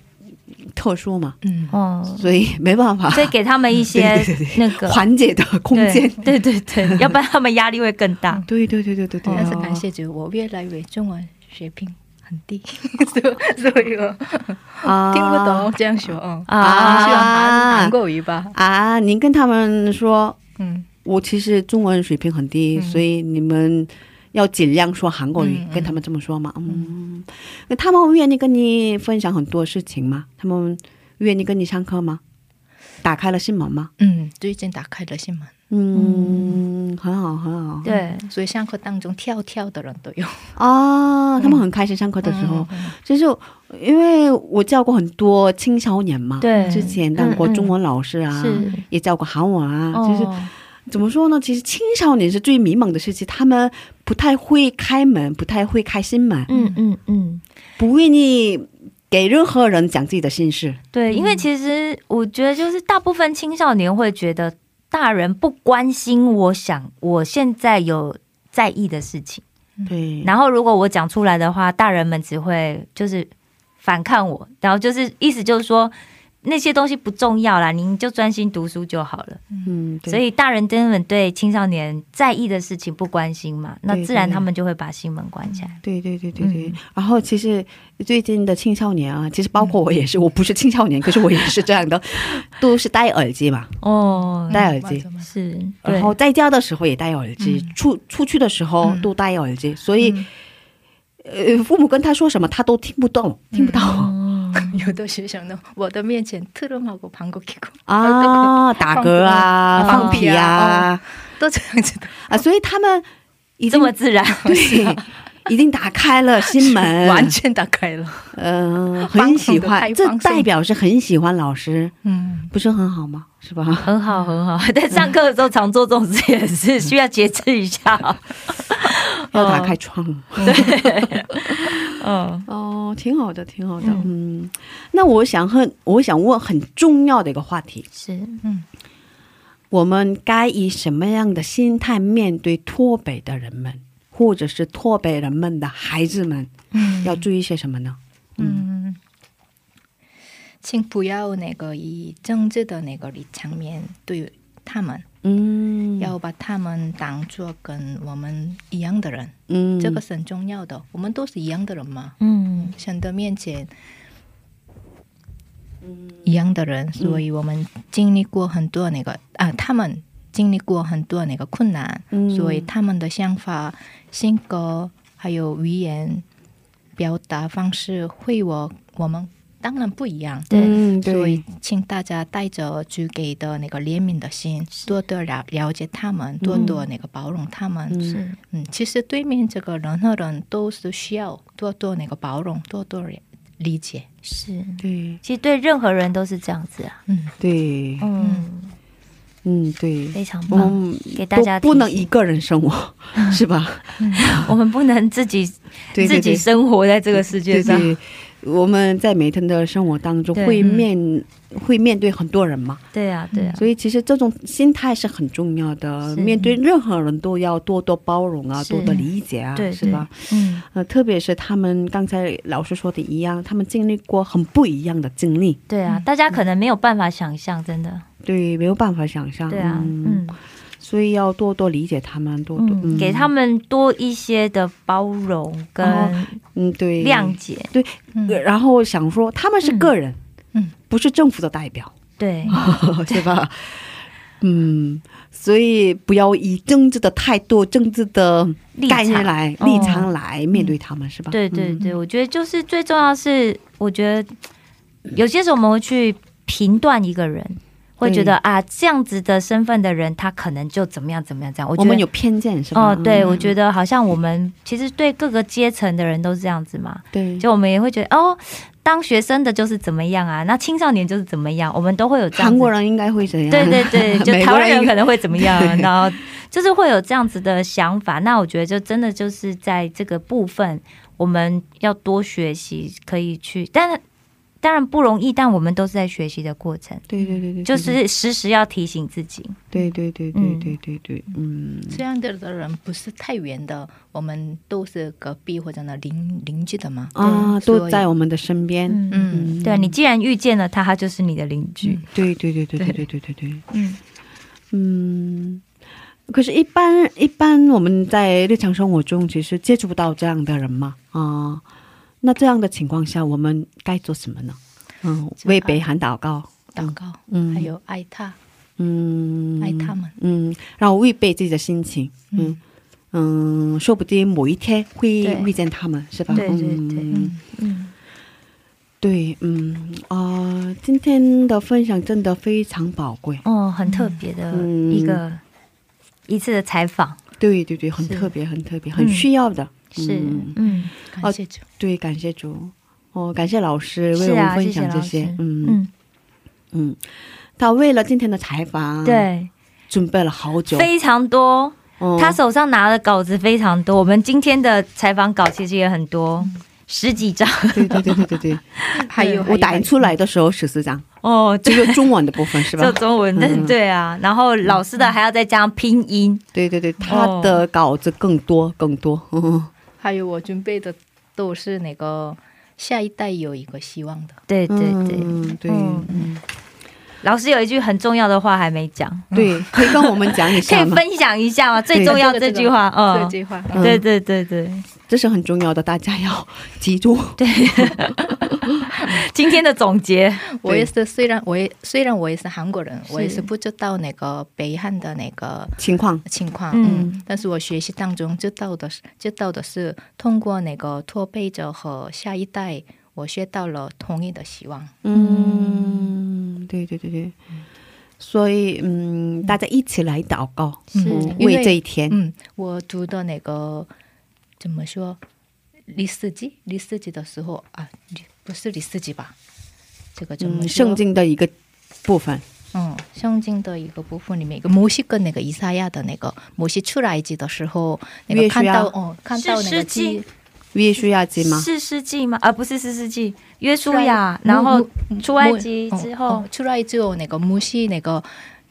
特殊嘛，
嗯
哦、
所以没办法
所以给他们 一些那个
缓解的空
对
间。
对对对，要不然他们压力会更大。
对对对对对
哦
啊对，
但是感谢主，我越来越中文水平很低， 所所以我
啊，
听不懂这样说，嗯
啊
希望韩韩国语吧，
啊！您跟他们说，
嗯，
我其实中文水平很低，所以你们要尽量说韩国语，
嗯嗯
跟他们这么说嘛。嗯，那他们愿意跟你分享很多事情吗？他们愿意跟你上课吗？打开了心门吗？
嗯，最近打开了新闻，
嗯，很好，很好。
对，
所以上课当中跳跳的人都有，
啊，他们很开心上课的时候，
嗯
就是因为我教过很多青少年嘛，
对
之前当过中文老师啊，
是
也教过韩文啊，
哦
就是怎么说呢？其实青少年是最迷茫的时期，他们不太会开门，不太会开心门，
嗯嗯嗯，
不愿意给任何人讲自己的心事。
对，因为其实我觉得，就是大部分青少年会觉得大人不关心我想我现在有在意的事情，
对，
然后如果我讲出来的话，大人们只会就是反抗我，然后就是意思就是说那些东西不重要啦，您就专心读书就好了。
嗯，对
所以大人根本对青少年在意的事情不关心嘛，那
对
自然
对
他们就会把心门关起来。
对对对对
嗯
对、然后其实最近的青少年啊，其实包括我也是，我不是青少年，可是我也是这样的， 都是戴耳机嘛，
哦，
戴耳机。
嗯
是，对嗯
然后在家的时候也戴耳机，出出去的时候都戴耳机，所以、呃，父母跟他说什么他都听不懂，听不到、
嗯
有的学生呢，我的面前트름하고방귀뀌고
啊，打嗝啊，
放
放屁
屁啊
啊
都这样子的，
啊，所以他们已
这
经
么自然，
对，已经打开了心门，
完全打开了。
嗯、
放
很
松
喜
得太
欢，这
放松
代表是很喜欢老师，
嗯，
不是很好吗？是吧？
很好，很好。 但上课的时候常做这种事，也是需要节制一下。 哦
要打开窗，
嗯，
哦，挺好的，挺好的，嗯。那我想很，我想问很重要的一个话题，
是，嗯
我们该以什么样的心态面对脱北的人们，或者是脱北人们的孩子们？
嗯
要注意些什么呢？
嗯，请不要那个以政治的那个立场面对他们，
嗯，
要把他们当做跟我们一样的人，
嗯，
这个是很重要的。我们都是一样的人嘛，
嗯
神的面前。一样的人，所以我们经历过很多那个啊，他们经历过很多那个困难，
嗯
所以他们的想法、性格还有语言表达方式，会我我们当然不一样。
对，
嗯，
所
对
以，，请大家带着主给的那个怜悯的心，多多了了解他们，多多那个包容他们。
嗯
是，
嗯，其实对面这个人和人都是需要多多那个包容，多多理理解。
是。
对，
其实对任何人都是这样子啊。
嗯，
对，
嗯，
嗯，对，
非常棒。
嗯，
给大家
不不能
提醒
一个人生活，是吧？
我们不能自己
对对
自己
对，
生活在这个世界
对
上。
对，我们在每天的生活当中
对
会
嗯
面、会面对很多人嘛，
对啊，对啊，
所以其实这种心态是很重要的。面对任何人都要多多包容啊，
嗯是
多多理解啊，
对
是吧？
嗯
呃，特别是他们刚才老师说的一样，他们经历过很不一样的经历，
对啊，大家可能没有办法想象，真的。
对，没有办法想象。
对啊，
嗯，
嗯
所以要多多理解他们，多多、
嗯，给他们多一些的包容跟
哦嗯对
谅解。
嗯
呃然后想说他们是个人，
嗯嗯，
不是政府的代 表，
对，
哦是吧？嗯，所以不要以政治的态度、政治的
立
概念
场
来、
哦嗯
立场来面对他们，是吧？嗯
对对对，我觉得就是最重要是，我觉得有些时候我们会去评断一个人，会觉得啊这样子的身份的人，他可能就怎么样怎么样这样。我
我
觉
们
得
有偏见，是吧？
哦，对，
嗯
我觉得好像我们其实对各个阶层的人都是这样子嘛，
对，
就我们也会觉得哦，当学生的就是怎么样啊，那青少年就是怎么样，我们都会有这样
韩
子
国。人应该会怎 样？
对对对，就
美
台
国
湾人
应
可
该
能会怎么样啊，
对
然后就是会有这样子的想法。那我觉得就真的就是在这个部分，我们要多学习，可以去，但当然不容易，但我们都是在学习的过程，
对对对对，
就是时时要提醒自己。
对对对对对对对，嗯，
这样的的人不是太远的，我们都是隔壁或者呢邻邻居的嘛。
啊，
所以
都在我们的身边。
嗯，
嗯
对你既然遇见了他，他就是你的邻居。
对对对对对对对对对，
嗯
嗯。可是，一般一般我们在日常生活中其实接触不到这样的人嘛，啊、那这样的情况下，我们该做什么呢？嗯，为北韩祷告，
祷告，
嗯
还有爱他，
嗯，
爱他们，
嗯，然后预备自己的心情，嗯嗯，说不定某一天会
对
遇见他们，是吧？
对对对
嗯
嗯，
嗯，
对，嗯啊、呃今天的分享真的非常宝贵，
哦，很特别的
嗯
一个、一次的采访。
对对对，很
是嗯
特别，很特别，很需要的。
是
嗯，
嗯，
感谢主。
对，感谢主，哦，感谢老师为
是
我
啊，
们
谢
分
谢
享
老
这
师
些，。嗯
嗯，
嗯，他为了今天的采访，，
嗯对，
准备了好久，
非常多。
嗯
他手上拿的稿子非常多，我们今天的采访稿其实也很多，十几张
对对对对对 对，
还有
我打印出来的时候十四张，
哦，
只
对，
有中文的部分是吧
就？中文的，
嗯
对啊，然后老师的还要再加上拼音，
对对对，他的稿子更多更多，
哦
嗯，
还有我准备的都是那个下一代有一个希望的。
对对对。
嗯对
嗯
嗯
老师有一句很重要的话还没讲，
对，可以跟我们讲一
可
下
以
吗？
分享一下吗？最
对
重要
这
这
个
句话，
这
嗯，
句话，
嗯
对对对对，
这是很重要的，大家要记住。对，
今天的总结，
我也是，虽然我也虽然我也是韩国人，我也是不知道那个北韩的那个
情况，
情况，
嗯
嗯，但是我学习当中知道的是，知道的是通过那个托背者和下一代，我学到了同一的希望。
嗯，对对对对，所以嗯，大家一起来祷告，
是
嗯
因为
为这一天，
嗯，我读的那个怎么说？李四季，李四季的时候啊，李不是李四季吧？这个怎么
嗯，
说
圣经的一个部分。
嗯，圣经的一个部分里面，一个摩西跟那个以赛亚的那个摩西出来记的时候，那
约
个
书
看
亚
到哦，看到那个
是诗
记
经
约书亚记吗？
是世纪吗？啊，不是是世纪，约书
出
亚
来，
然后
摩摩
出埃及
摩
之
哦
后
哦，出来之后那个摩西那个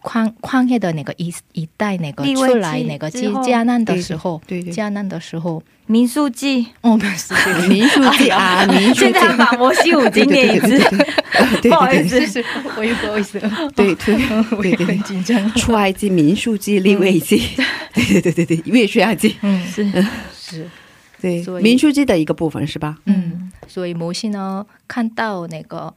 旷旷野的那个一一代那个
立位
出来
记
那个
之
记
后
迦南的时候，
对对对
迦南的时候，
民数记，
哦，不是这个
民数记 啊，民数
现
记
在。要把摩西五经念 一次，
对
不好意
对
思，
是我也不好意思，
对对 对对对对，
紧张。
出埃及、民数记、立位记，对对对对对，约书亚记，
嗯，是
嗯
是，
对，
所以
民数记的一个部分是吧？
嗯，所以摩西呢看到那个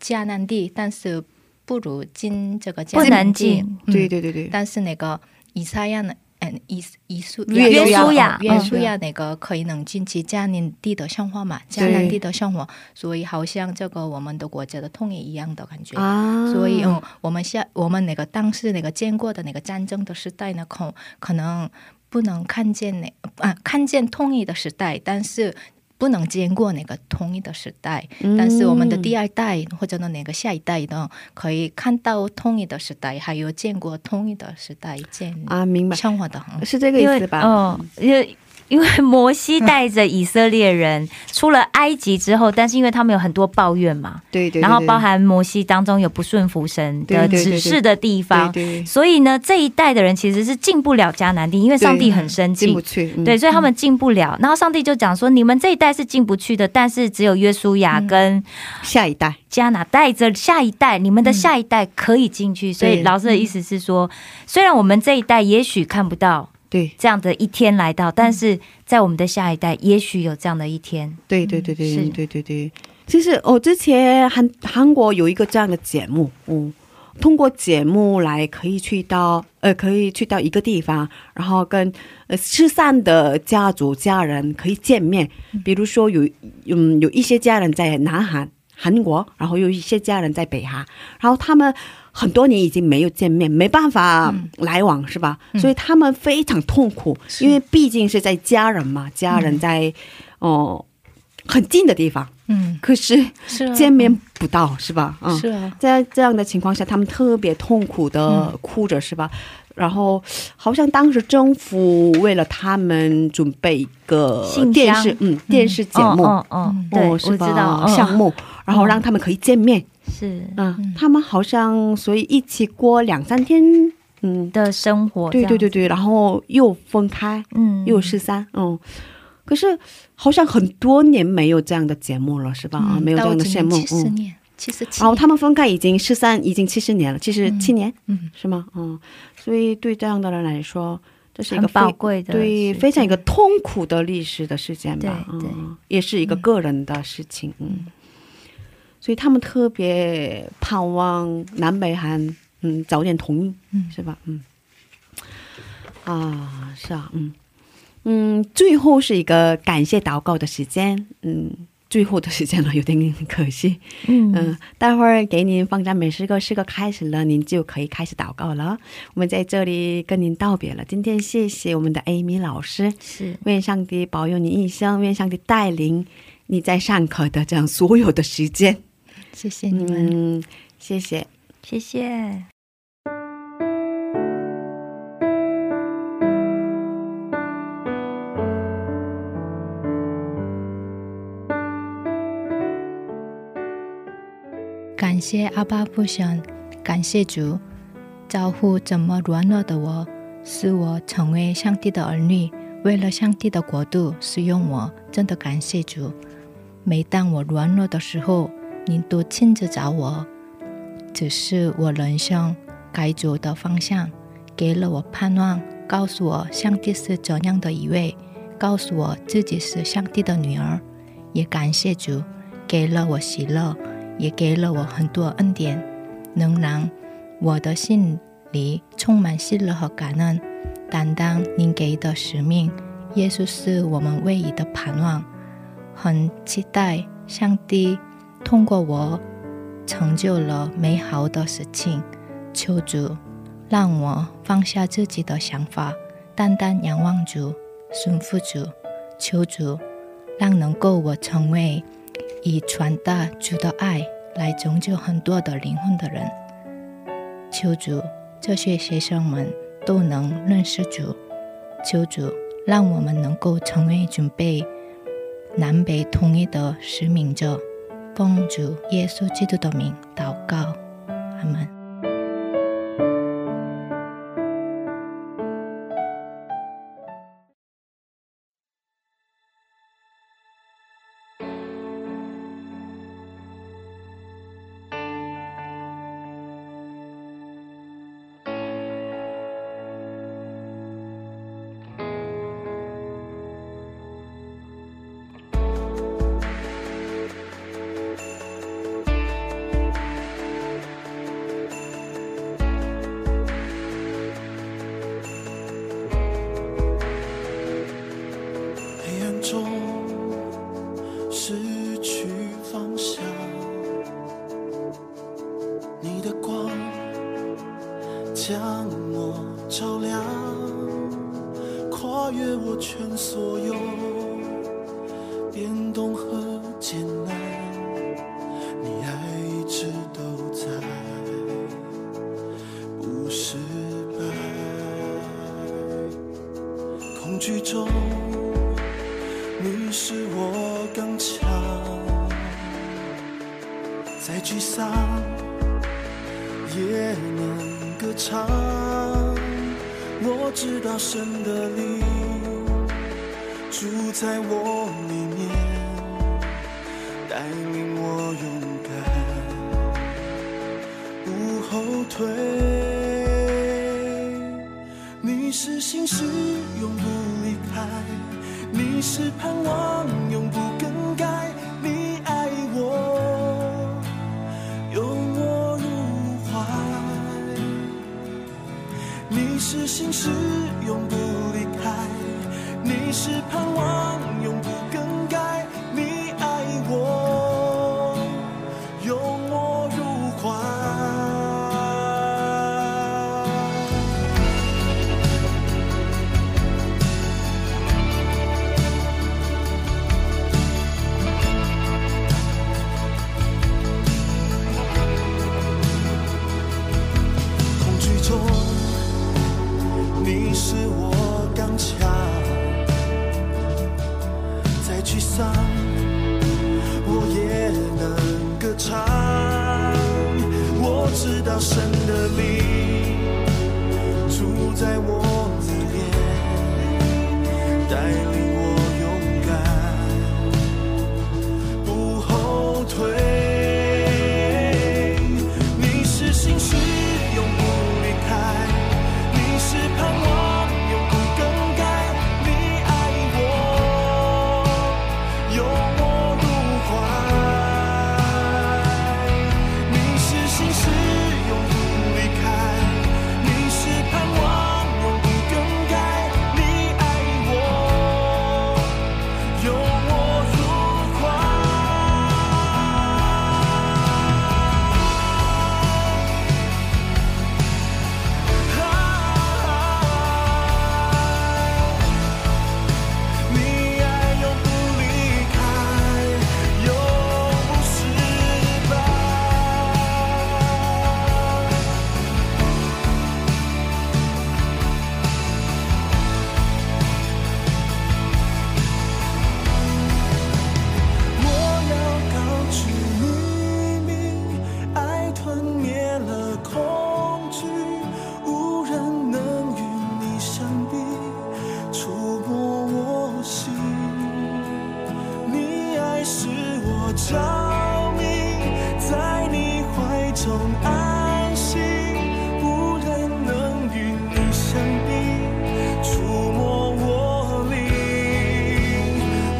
迦南地，但是不如进这个迦南
不能
地
进，
嗯
对对对对，
但是那个以赛亚呢，嗯，以以苏
约书亚
约书亚
亚约书亚那个可以能进去迦南地的生活嘛，
对
迦南地的生活，所以好像这个我们的国家的统一一样的感觉。
啊，
所以，嗯，我们现我们那个当时那个建国的那个战争的时代呢，可可能不能看见那啊看见统一的时代，但是不能见过那个统一的时代。
嗯
但是我们的第二代或者呢那个下一代呢，可以看到统一的时代，还有见过统一的时代，见
啊，明白，
生活的很
是这个
因
意
为
思吧？
嗯，因为因为摩西带着以色列人出了埃及之后，但是因为他们有很多抱怨嘛，
对对对，
然后包
对
含摩西当中有不顺服神的
对对对对
指示的地方，
对对对
所以呢，这一代的人其实是进不了迦南地，因为上帝
对
很生
进
气
不。去，嗯
对，，所以他们进不了。然后上帝就讲说，你们这一代是进不去的，但是只有约书
嗯
亚跟
下一代
迦拿带着下一代，你们的下一代可以进去。所以
嗯对嗯
老师的意思是说，虽然我们这一代也许看不到
对
这样的一天来到，但是在我们的下一代，也许有这样的一天。
对对对对
是
对对对。其实我之前韩韩国有一个这样的节目，嗯，通过节目来可以去到呃，可以去到一个地方，然后跟呃失散的家族家人可以见面。比如说有嗯有一些家人在南韩韩国，然后有一些家人在北韩，然后他们。很多年已经没有见面，没办法来往，是吧？所以他们非常痛苦，因为毕竟是在家人嘛，家人在哦、很近的地方，
嗯，
可是
是啊
见面不到，是吧？嗯，
是啊，
在这样的情况下，他们特别痛苦
嗯
的哭着，是吧？然后好像当时政府为了他们准备一个
信箱
电视，嗯，电视节目。
嗯嗯，嗯对，我
哦，是
知
吧
道，
项目，然后让他们可以见面，
嗯是
嗯，他们好像所以一起过两三天，嗯，
的生活。
对对对
哦这样，
对，然后又分开，
嗯，
又十三，嗯，可是好像很多年没有这样的节目了，是吧？
嗯
啊、没有这样的节目，
七十
嗯。
年，七十七
然后他们分开已经十三，已经七十年了，七十七年、
嗯
是吗？嗯，所以对这样的人来说，这是一
很
个非
宝贵的时
对
间
非常一个痛苦的历史的事件吧，
对对
嗯，也是一个个人的事情，嗯，所以他们特别盼望南北韩，嗯，早点统一，
嗯
是吧？嗯，啊，是啊，嗯。嗯，最后是一个感谢祷告的时间，嗯，最后的时间了，有点可惜。
嗯，
嗯，待会儿给您放赞美诗歌，诗歌开始了，您就可以开始祷告了。我们在这里跟您道别了。今天谢谢我们的 Amy 老师，
是
愿上帝保佑你一生，愿上帝带领你在上课的这样所有的时间。
谢谢你们。
嗯，谢谢。
谢谢。
感谢阿爸父神，感谢主，招呼这么软弱的我，使我成为上帝的儿女。为了上帝的国度使用我，真的感谢主。每当我软弱的时候，您都亲自找我，只是我人生该走的方向，给了我盼望，告诉我上帝是怎样的一位，告诉我自己是上帝的女儿。也感谢主，给了我喜乐，也给了我很多恩典，能让我的心里充满喜乐和感恩，担当您给的使命。耶稣是我们唯一的盼望，很期待上帝通过我成就了美好的事情。求主让我放下自己的想法，单单仰望主，顺服主。求主让能够我成为以传达主的爱来拯救很多的灵魂的人。求主，这些学生们都能认识主。求主，让我们能够成为准备南北统一的使命者。奉主耶稣基督的名祷告，阿门。
黑暗中失去方向，你的光将我照亮，跨越我全所有变动和艰难，你爱一直都在，不失败。恐惧中。你使我更强。再沮丧也能歌唱。我知道神的灵住在我里面，带领我勇敢，不后退。你是心事，永不离开。你是盼望，永不更改。你爱我，拥我入怀。你是心事，永不离开。你是盼望，永不更改。你爱我，拥我入怀。恐惧中，你使我刚强，再沮丧我也能歌唱。我知道神的灵住在我里面，带领我勇敢。不后退。你是心事，永不离开；你是盼望，永不更改。你爱我，拥我入怀。你是心事，永不离开；你是盼望，永不更改。你爱我，拥我入怀。你爱永不离开，永不失败。我要告知你明，爱吞灭了恐惧，无人能与你相比，触摸我心。你爱使我着迷，在你怀中安心，无人能与你相比，触摸我灵。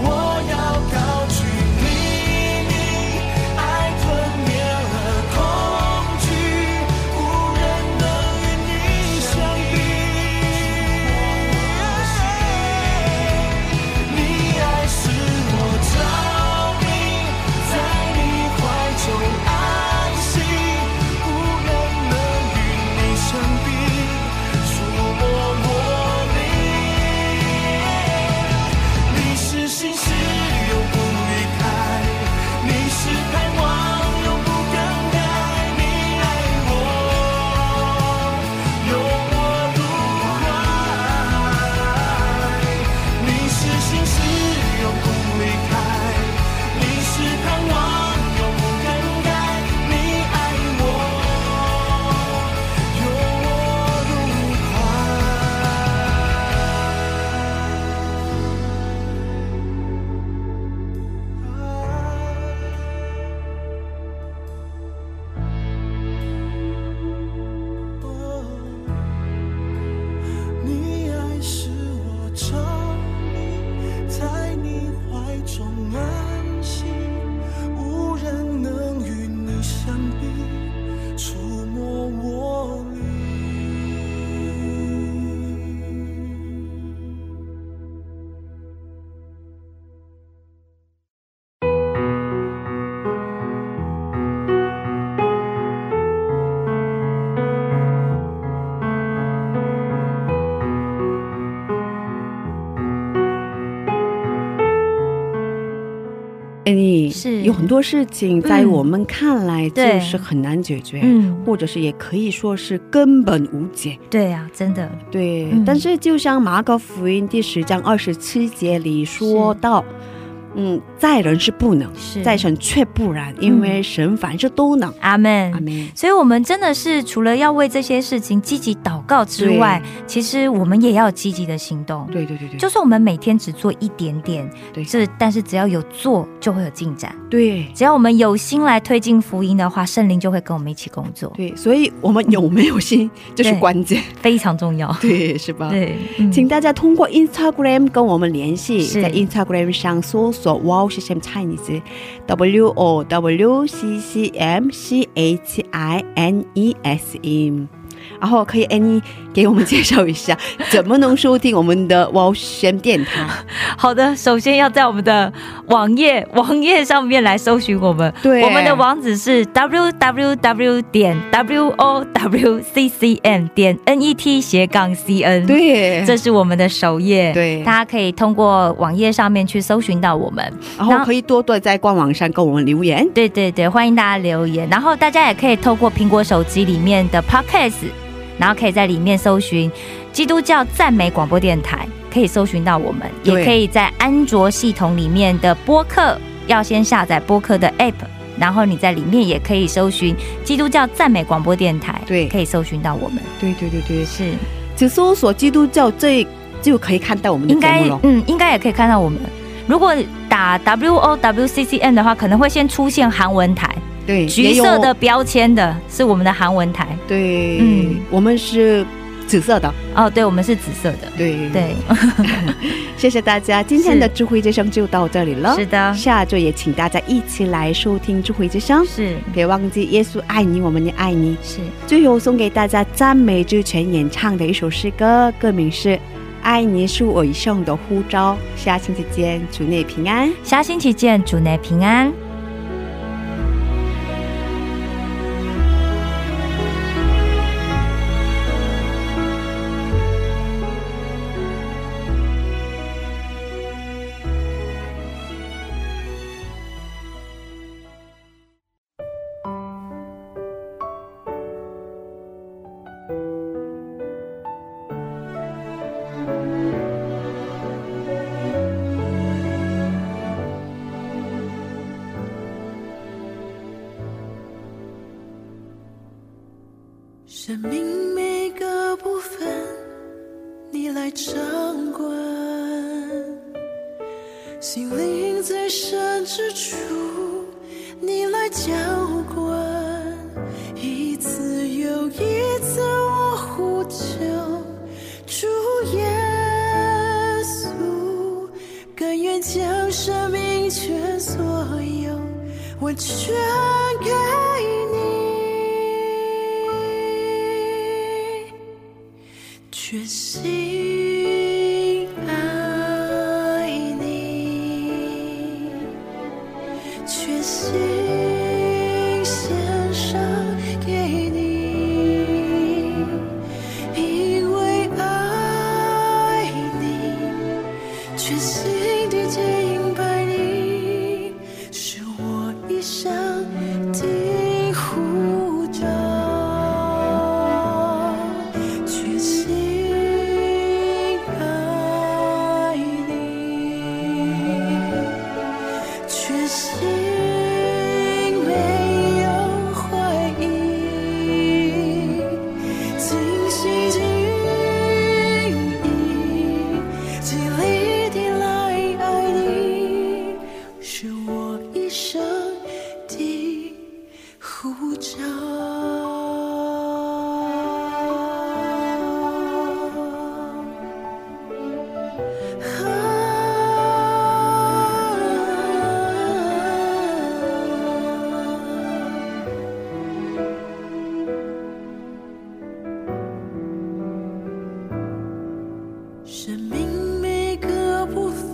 我要高举你名，爱吞灭了恐惧，无人能与你相比。你爱使我着迷，在你怀中安息，无
你
是
有很多事情在
嗯
我们看来就
对
是很难解决，
嗯，
或者是也可以说是根本无解。
对啊，真的，
对，
嗯
但是就像马可福音第十章二十七节里说到，嗯，在人是不能，
是嗯
在神却不然，因为神凡事都能。
阿门
阿。门。
所以，我们真的是除了要为这些事情积极祷告之外，其实我们也要有积极的行动。
对对对对，
就算我们每天只做一点点，
嗯对
这但是只要有做，就会有进展。
对
只要我们有心来推进福音的话，圣灵就会跟我们一起工作，
对，所以我们有没有心，这是
对
关键，
非常重要。
对，是吧？。
对，嗯
请大家通过 Instagram 跟我们联系，
是
在 Instagram 上搜索 Wow System Chinese W O W C C M C H I N E S E。然后可以 Annie 给我们介绍一 下怎么能收听我们的 Wow System 电台？
好的，首先要在我们的网页网页上面来搜寻我们。
对
我们的网址是 www 点 w o w c c m 点 n e t 斜杠 c n。。
对，
这是我们的首页，
对
大家可以通过网页上面去搜寻到我们。
然后可以多多在官网上跟我们留言。
对对对，欢迎大家留言，然后大家也可以透过苹果手机里面的 Podcast，然后可以在里面搜寻基督教赞美广播电台，可以搜寻到我们，
对
也可以在安卓系统里面的播客，要先下载播客的 App。然后你在里面也可以搜寻基督教赞美广播电台，
对
可以搜寻到我们，
对对对对，
是
只搜索基督教这就可以看到我们的
应
节
该
目了。
嗯，应该也可以看到我们。如果打 W O W C C N 的话，可能会先出现韩文台，
对，
橘
也有
色的标签的是我们的韩文台，
对，
嗯
我们是紫色的。
哦，对，我们是紫色的。
对
对，
谢谢大家，今天的智慧之声就到这里了。
是的，
下周也请大家一起来收听智慧之声。
是
别忘记，耶稣爱你，我们也爱你。
是，
最后送给大家赞美之泉演唱的一首诗歌，歌名是《爱你是我一生的护照》。下星期见，主内平安。
下星期见，主内平安。
生命每个部分，你来掌管。心灵最深之处，你来浇灌。一次又一次，我呼求主耶稣，甘愿将生命全所有完全给你。全心爱你，全心献上给你，因为爱你，全心地敬拜你，是我一生的护照。全心爱你，全心没有怀疑，尽心尽意，尽力地来爱你，是我一生的啊护照。啊生命每个部分，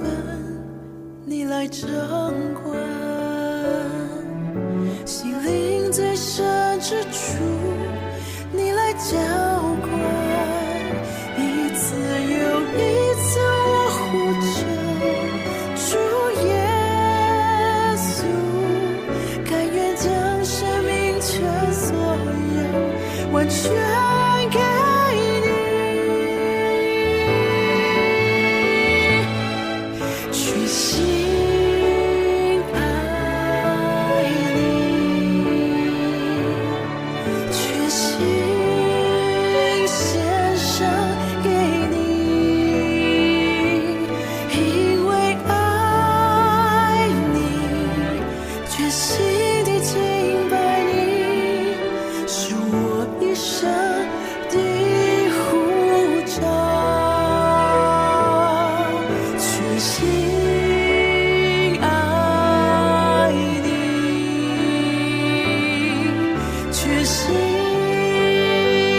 你来掌管。心灵最深之处，你来浇灌。一次又一次，我呼求主耶稣，真心爱你，全心献上给你，因为爱你，全心地敬拜你，是我一生的护照，全心爱你，全心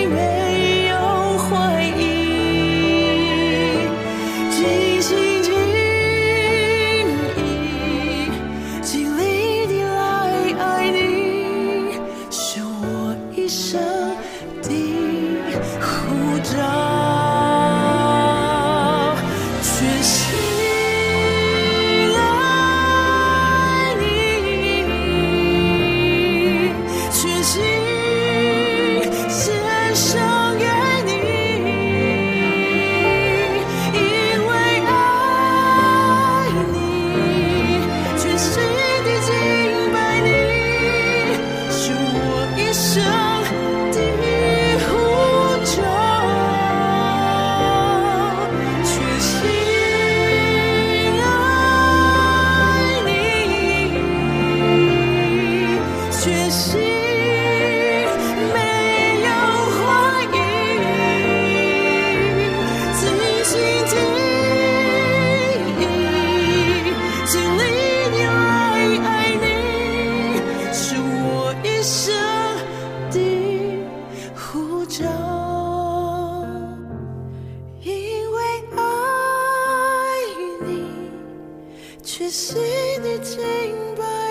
没有怀疑，尽心尽意。尽力地来爱你，是我一生的护照，全心爱你，全心献上给你，因为爱你。全心地敬拜你，是我一生的护照。全心爱你，全心没有怀疑，尽心尽意。尽力地来爱你，是我一生的护照。因为爱你，全心地敬拜